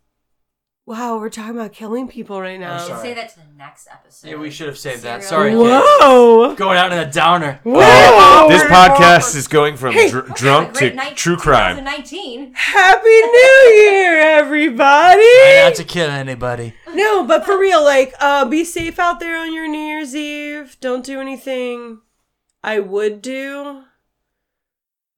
B: wow, we're talking about killing people right now.
E: I'm sorry.
D: Say that to the next episode.
E: Yeah, we should have saved that.
D: Serial
E: Sorry.
D: killer.
E: kids.
B: Whoa!
E: Going out in a downer.
B: Whoa!
C: Uh, this podcast is going from dr-
D: Okay,
C: drunk
D: great
C: to
D: night,
C: true crime.
D: 2019.
B: Happy New Year,
E: Not
B: everybody!
E: to kill anybody.
B: No, but for real, like, uh, be safe out there on your New Year's Eve. Don't do anything I would do.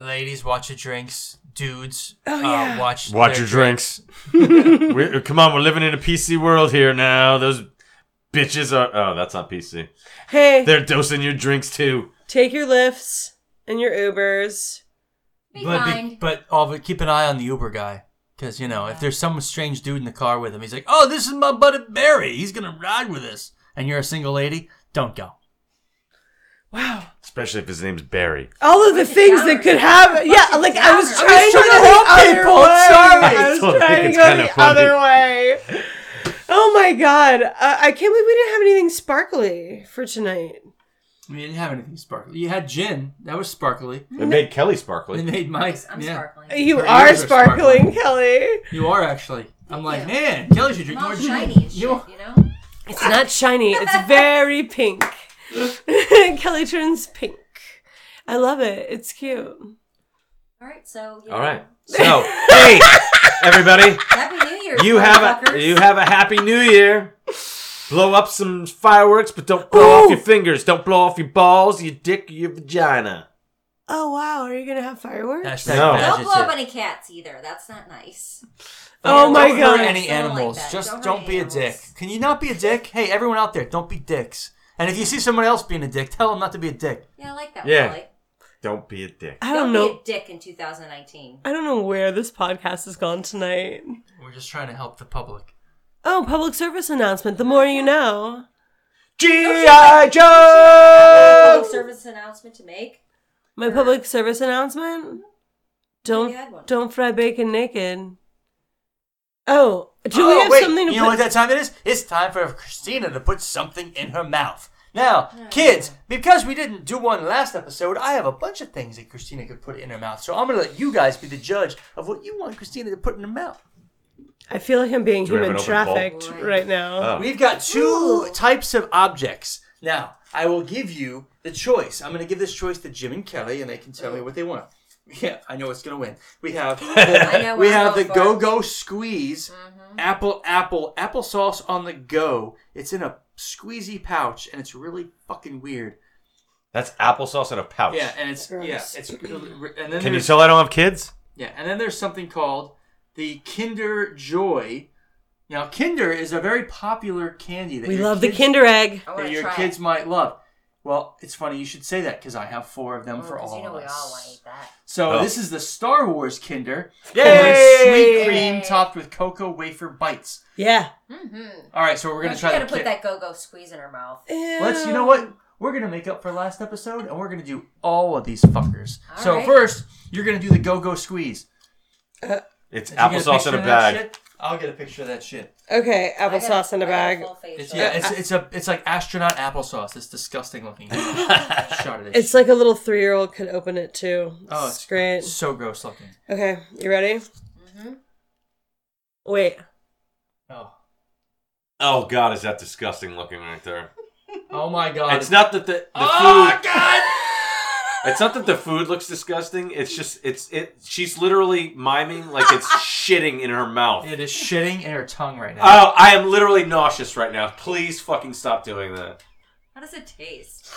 E: Ladies, watch your drinks. Dudes,
B: Oh, yeah.
E: uh, watch
C: Watch
E: their
C: your drinks. <laughs> we come on, we're living in a PC world here now. Those bitches are. Oh, that's not PC.
B: Hey,
C: They're dosing your drinks too.
B: take your lifts and your Ubers.
D: Be
E: but, be-
D: kind.
E: but all but keep an eye on the Uber guy. Because, you know, if there's some strange dude in the car with him, he's like, oh, this is my buddy Barry. He's going to ride with us. And you're a single lady, don't go.
B: Wow.
C: Especially if his name's Barry.
B: all of the things that could happen. Yeah, like I was
D: downer.
B: trying to
E: I was
B: go the other way. I
C: Still
E: trying to help people, sorry.
B: was
C: think
B: trying to
C: it's
B: go
C: kinda
B: the
C: funny.
B: other way. Oh my god, uh, I can't believe we didn't have anything sparkly for tonight.
E: I mean, you didn't have anything sparkly. You had gin. That was sparkly.
C: It made
D: <laughs>
C: Kelly
E: They
C: sparkly.
E: made my.
D: I'm
E: yeah.
D: sparkling.
B: You
E: Her
B: are
E: ears are
B: sparkling,
E: sparkling.
B: Kelly.
E: You are actually. I'm like,
D: you.
E: man, Kelly should
D: I'm
E: drink
D: all
E: more
D: shiny
E: gin.
D: and shit,
E: You are-
D: you know?
B: It's not shiny. It's very pink. <laughs> Kelly turns pink. I love it. It's cute.
D: All right, so. you
C: All
D: know,
C: right. So, hey, everybody.
D: Happy New Year.
C: You have a
D: motherfuckers.
C: you have a happy new year. Blow up some fireworks, but don't blow off
B: Ooh.
C: your fingers. Don't blow off your balls, your dick, or your vagina.
B: Oh wow, are you gonna have fireworks?
E: Hashtag
C: No.
D: Don't blow up
E: vegetative.
D: any cats either. That's not nice.
B: Oh my
E: don't
B: God.
E: Hurt any
D: Something like
E: animals.
D: that.
E: Just
D: Don't
E: don't,
D: hurt any
E: be a
D: animals.
E: dick. Can you not be a dick? Hey, everyone out there, don't be dicks. And if you see someone else being a dick, tell them not to be a dick.
D: Yeah, I like that
C: Yeah.
D: one. Polly.
C: Don't be a dick.
B: I don't
D: Don't
B: know.
D: Be a dick in
E: <laughs>
D: 2019.
B: I don't know where this podcast has gone tonight.
E: We're just trying to help the public.
B: Oh, public service announcement. The more you know.
C: GI
D: Public
C: Joe.
D: service announcement to make.
B: My public service announcement? Don't
D: You had one.
B: don't fry bacon naked. Oh, do we
E: Oh,
B: have
E: wait,
B: something to
E: You
B: put?
E: know what that time it is? It's time for Christina to put something in her mouth. Now,
D: Oh,
E: kids, because we didn't do one last episode, I have a bunch of things that Christina could put in her mouth. So I'm going to let you guys be the judge of what you want Christina to put in her mouth.
B: I feel like I'm being
C: Do we
B: human
C: have an open poll?
B: trafficked right now.
C: Oh.
E: We've got two types of objects. Now, I will give you the choice. I'm going to give this choice to Jim and Kelly, and they can tell me what they want. <laughs> Yeah, I know it's going to win. We <laughs> have
D: I know
E: the,
D: what
E: we
D: I'm
E: have the
D: going for.
E: Go Go Squeeze apple apple applesauce on the go. It's in a squeezy pouch, and it's really fucking weird.
C: That's applesauce in a pouch.
E: Yeah, and it's yeah,
B: Gross.
E: it's and then
C: Can you
E: there's-
C: tell I don't have kids?
E: yeah, and then there's something called the Kinder Joy. Now, Kinder is a very popular candy that
B: we
E: your
B: love the
E: kids-
B: Kinder Egg.
D: I want
E: that
D: to
E: your
D: try
E: kids
D: it.
E: might love. Well, it's funny you should say that because I have four of them
D: Ooh,
E: for
D: Oh, 'cause
E: all
D: you know
E: of
D: we all want
E: us.
D: to eat that.
E: So
C: Oh.
E: this is the Star Wars Kinder.
C: Yay!
E: With sweet cream
D: Yay.
E: topped with cocoa wafer bites.
B: Yeah.
D: Mm-hmm.
E: All right, so we're gonna try
D: gotta
E: the
D: put
E: kit-
D: that go-go squeeze in her mouth.
E: Let's. You know
B: Ew.
E: what? We're gonna make up for last episode, and we're gonna do all of these fuckers.
D: All
E: so
D: right.
E: first, you're gonna do the go-go squeeze.
C: It's
E: Did you get
C: applesauce in
E: picture
C: a
E: of that
C: bag.
E: shit? I'll get a picture of that shit.
B: Okay,
D: I got
B: applesauce in a
D: I got
B: bag.
D: full facial.
E: It's, yeah, it's, it's a it's like astronaut applesauce. It's
C: <laughs>
E: disgusting looking. Shot it.
B: It's like a little three year old could open it too.
E: Oh,
B: it's great.
E: so gross looking.
B: Okay, you ready?
D: Mhm.
B: Wait.
E: Oh,
C: Oh god, is that disgusting looking right there?
E: oh my god.
C: It's not that the, the
E: oh
C: food.
E: god.
C: It's not that the food looks disgusting. It's just it's it. She's literally miming like
E: <laughs>
C: it's shitting in her mouth.
E: It is shitting in her tongue right now.
C: Oh, I am literally nauseous right now. Please fucking stop doing that.
D: How does it taste?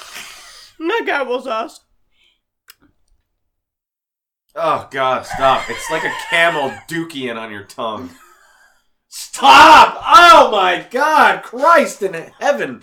B: Not applesauce.
C: Oh god, stop! It's like a camel dookie in on your tongue. Stop! Oh my god, Christ in heaven!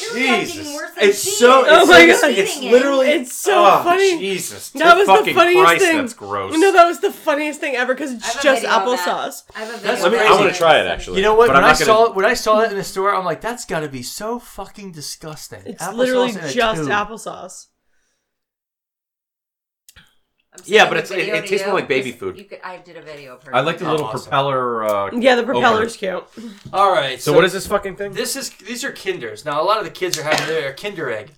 D: You're
C: Jesus,
D: getting worse than
C: it's
D: she
C: so.
D: is.
B: Oh
C: it's
B: my
C: like-
B: God.
C: It's
D: Eating it.
C: literally.
B: It's so
C: oh,
B: funny.
C: Jesus,
B: That was the
C: fucking
B: funniest
C: Christ,
B: thing.
C: That's gross.
B: No, that was the funniest thing ever because
D: I have
B: it's
D: a
B: just
D: video of that.
B: applesauce.
D: I have a video.
E: That's Let me-
D: of
E: I wanna
D: that.
C: try it, actually.
E: You know what?
C: But I'm
E: when I
C: not gonna-
E: saw it, when I saw that in the store, I'm like, that's got to be so fucking disgusting.
B: It's
E: Applesauce
B: literally
E: in a
B: just
E: tube.
B: applesauce.
D: I'm
C: Yeah,
D: sending
C: but
D: the
C: it's- it-
D: video
C: it
D: to
C: tastes more
D: you.
C: like baby
D: You
C: food.
D: could- I did a video of her.
C: I like the
E: Oh,
C: little
E: awesome.
C: propeller. Uh,
B: Yeah, the propeller's cute.
E: All right.
C: So, what is this fucking thing?
E: This is these are Kinders. Now a lot of the kids are having their Kinder egg.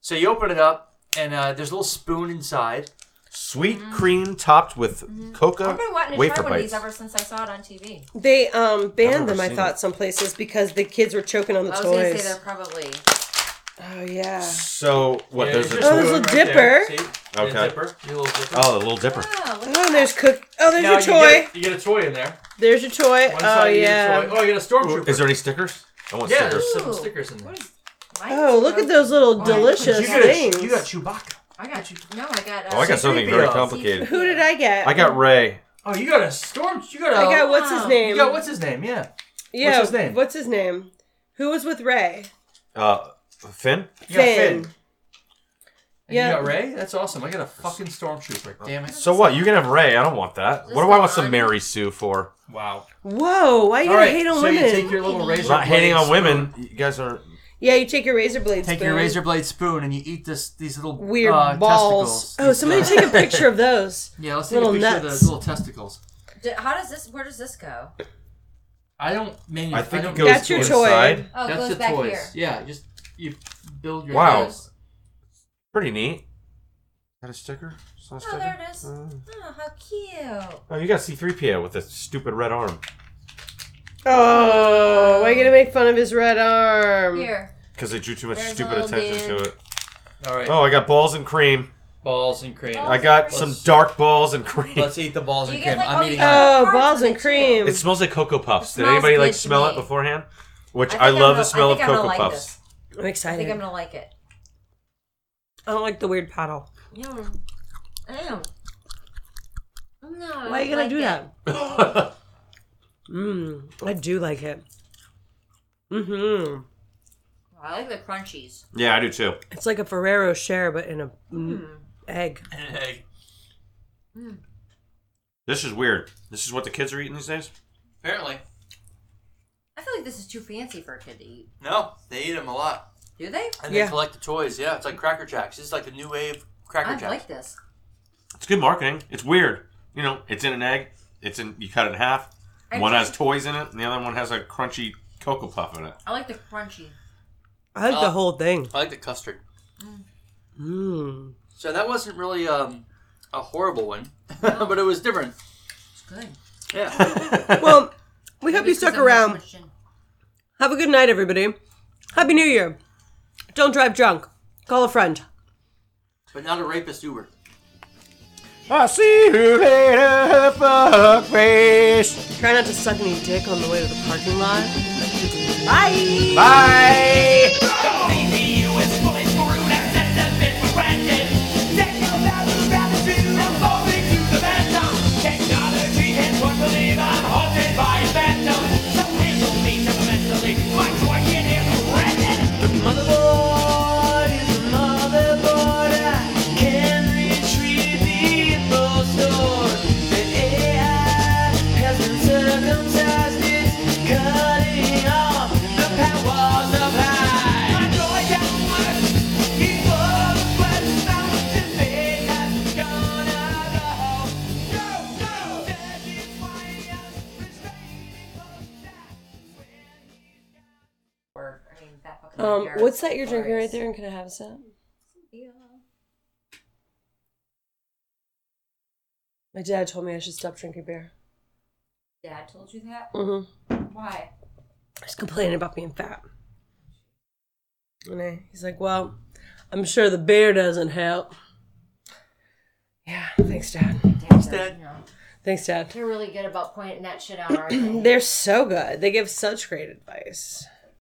E: So you open it up, and uh, there's a little spoon inside.
C: Sweet cream topped with cocoa
D: Mm-hmm. I've been wanting to
C: wafer
D: try one of
C: bites.
D: these ever since I saw it on TV.
B: They um
C: I've never
B: banned them, I
C: seen
B: thought, some places because the kids were choking on the
D: I was going to
B: toys.
D: say they're probably.
B: oh yeah.
C: So what?
E: Yeah,
C: there's
E: you
C: a
E: just
B: Oh, there's
E: put
B: a
E: it right
B: dipper.
E: there. See? The
C: Okay.
E: Zipper. Your little zipper.
C: oh, a little dipper.
D: Oh, look
B: Oh, and there's cook. Oh, there's
E: Now
B: your
E: you
B: toy.
E: get- You get, a toy in there.
B: There's your toy.
E: One
B: Oh
E: side you get a
B: yeah.
E: toy. Oh, you get a stormtrooper.
C: Is there any stickers? I want
E: yeah,
C: stickers.
E: there's some
D: Ooh.
E: stickers in there.
D: What is-
B: Oh, look at those little delicious
E: you, got
B: things.
E: a, you got Chewbacca.
D: I got you. No, I got. Uh,
C: Oh, I got something
E: C-3PO.
C: very complicated.
B: Who did I get?
C: I got Ray.
E: Oh, you got a storm. You got a.
B: I got what's his
D: Wow.
B: name?
E: you got what's his name? Yeah.
B: yeah,
E: his name?
B: What's his name? Who was with Ray?
C: Uh, Finn.
E: You got
B: Finn.
E: Finn. And
B: Yeah.
E: You got Ray? That's awesome. I got a fucking stormtrooper. Damn it.
C: So what? You can have Ray. I don't want that.
D: Just
C: What do I want
D: go
C: some
D: on.
C: Mary Sue for?
E: Wow.
B: Whoa! Why you
E: All
B: gonna
E: right.
B: hate on
E: so
B: women?
E: you take your little razor.
C: I'm not hating
E: blade
C: on women.
E: spoon-
C: You guys are.
B: yeah, you take your razor blade.
E: Take
B: spoon.
E: your razor blade spoon and you eat this these little
B: Weird
E: uh,
B: balls.
E: Testicles.
B: Oh, somebody
E: These, uh,
B: take a picture of those.
E: <laughs> yeah, let's take a
B: little
E: picture of
B: nuts.
E: those little testicles.
D: D- How does this? Where does this go?
E: I don't manufacture.
C: I think
E: don't
C: it goes
B: That's your toy.
C: inside.
D: Oh, it
E: That's
D: goes
E: the
D: back
E: toys.
D: here.
E: Yeah, just you build your.
C: Wow.
E: toys.
C: Pretty neat. Got a sticker? It's not a
D: Oh,
C: sticker?
D: there it is.
C: Uh,
B: Mm.
D: Oh, how cute.
C: oh, you got C3PO with a stupid red arm.
B: Oh, why you gonna make fun of his red arm?
D: Here.
C: Because they drew too much
D: There's a
C: stupid
D: little
C: attention
D: dude.
C: to it.
E: All right.
C: Oh, I got balls and cream.
E: Balls and cream.
C: I got some dark balls and cream.
E: Let's eat the balls
D: Do
E: and
D: you
E: cream.
D: get, like,
E: I'm
D: all
E: eating
D: these-
E: mine.
B: Oh,
D: Parts
B: balls
D: of it
B: and
D: too.
B: cream.
C: <laughs> It smells like Cocoa Puffs. Did
D: smells
C: anybody
D: good
C: like
D: to
C: smell
D: me.
C: it beforehand? Which
D: think
C: I,
D: I'm
C: love
D: gonna-
C: the smell
D: I
C: of
D: think I'm gonna
C: Cocoa
D: like
C: Puffs.
D: this.
B: I'm
D: I
B: excited.
D: think
B: I,
D: I'm gonna like it.
B: don't like the weird paddle.
D: Yum. Yum. No. I
B: Why are you gonna
D: don't like
B: do
D: it.
B: that? Mmm, I do like it. Mm-hmm.
D: I like the crunchies.
C: <laughs> yeah, I do too.
B: It's like a Ferrero share, but in a mm,
D: Mm.
B: egg.
E: Hey.
C: This is weird. This is what the kids are eating these days.
E: <laughs> Apparently,
D: I feel like this is too fancy for a kid to eat.
E: no. They eat them a lot,
D: Do they?
E: and
B: Yeah.
E: they collect the toys. Yeah, it's like Cracker Jacks. This is like the new wave Cracker
D: I
E: Jacks.
D: like this.
C: It's good marketing. It's weird. You know, it's in an egg. It's in. You cut it in half.
D: I
C: one
D: do.
C: has toys in it, and the other one has a crunchy cocoa puff in it.
D: I like the crunchy.
B: I like
E: Uh,
B: the whole thing.
E: I like the custard.
B: Mmm.
E: So that wasn't really um, a horrible one, <laughs> but it was different.
D: It's good.
E: Yeah.
B: Well, we hope
D: Maybe
B: you
D: it's 'cause
B: stuck
D: I have so
B: around.
D: much gin.
B: Have a good night, everybody. Happy New Year. Don't drive drunk. Call a friend.
E: But not a rapist Uber.
C: I see you later, fuckface.
B: Try not to suck any dick on the way to the parking lot. Bye.
C: Bye.
F: CPU is fully screwed, access has been granted. Techno-battle gratitude, I'm falling to the phantom. Technology is what believe I'm haunted by phantoms. So handle me sentimentally, my joy in is rented.
B: Um,
D: Your
B: what's that you're drinking right
D: stories.
B: there? And can I have a sip?
D: Yeah.
B: My dad told me I should stop drinking beer.
D: Dad told you that?
B: Mm-hmm.
D: Why?
B: I was complaining about being fat. And I, he's like, Well, I'm sure the beer doesn't help. Yeah, thanks, Dad.
D: Dad's
E: Dad.
B: Thanks, Dad. <clears throat>
D: You're really good about pointing that shit out, aren't you?
B: They're so good. They give such great advice.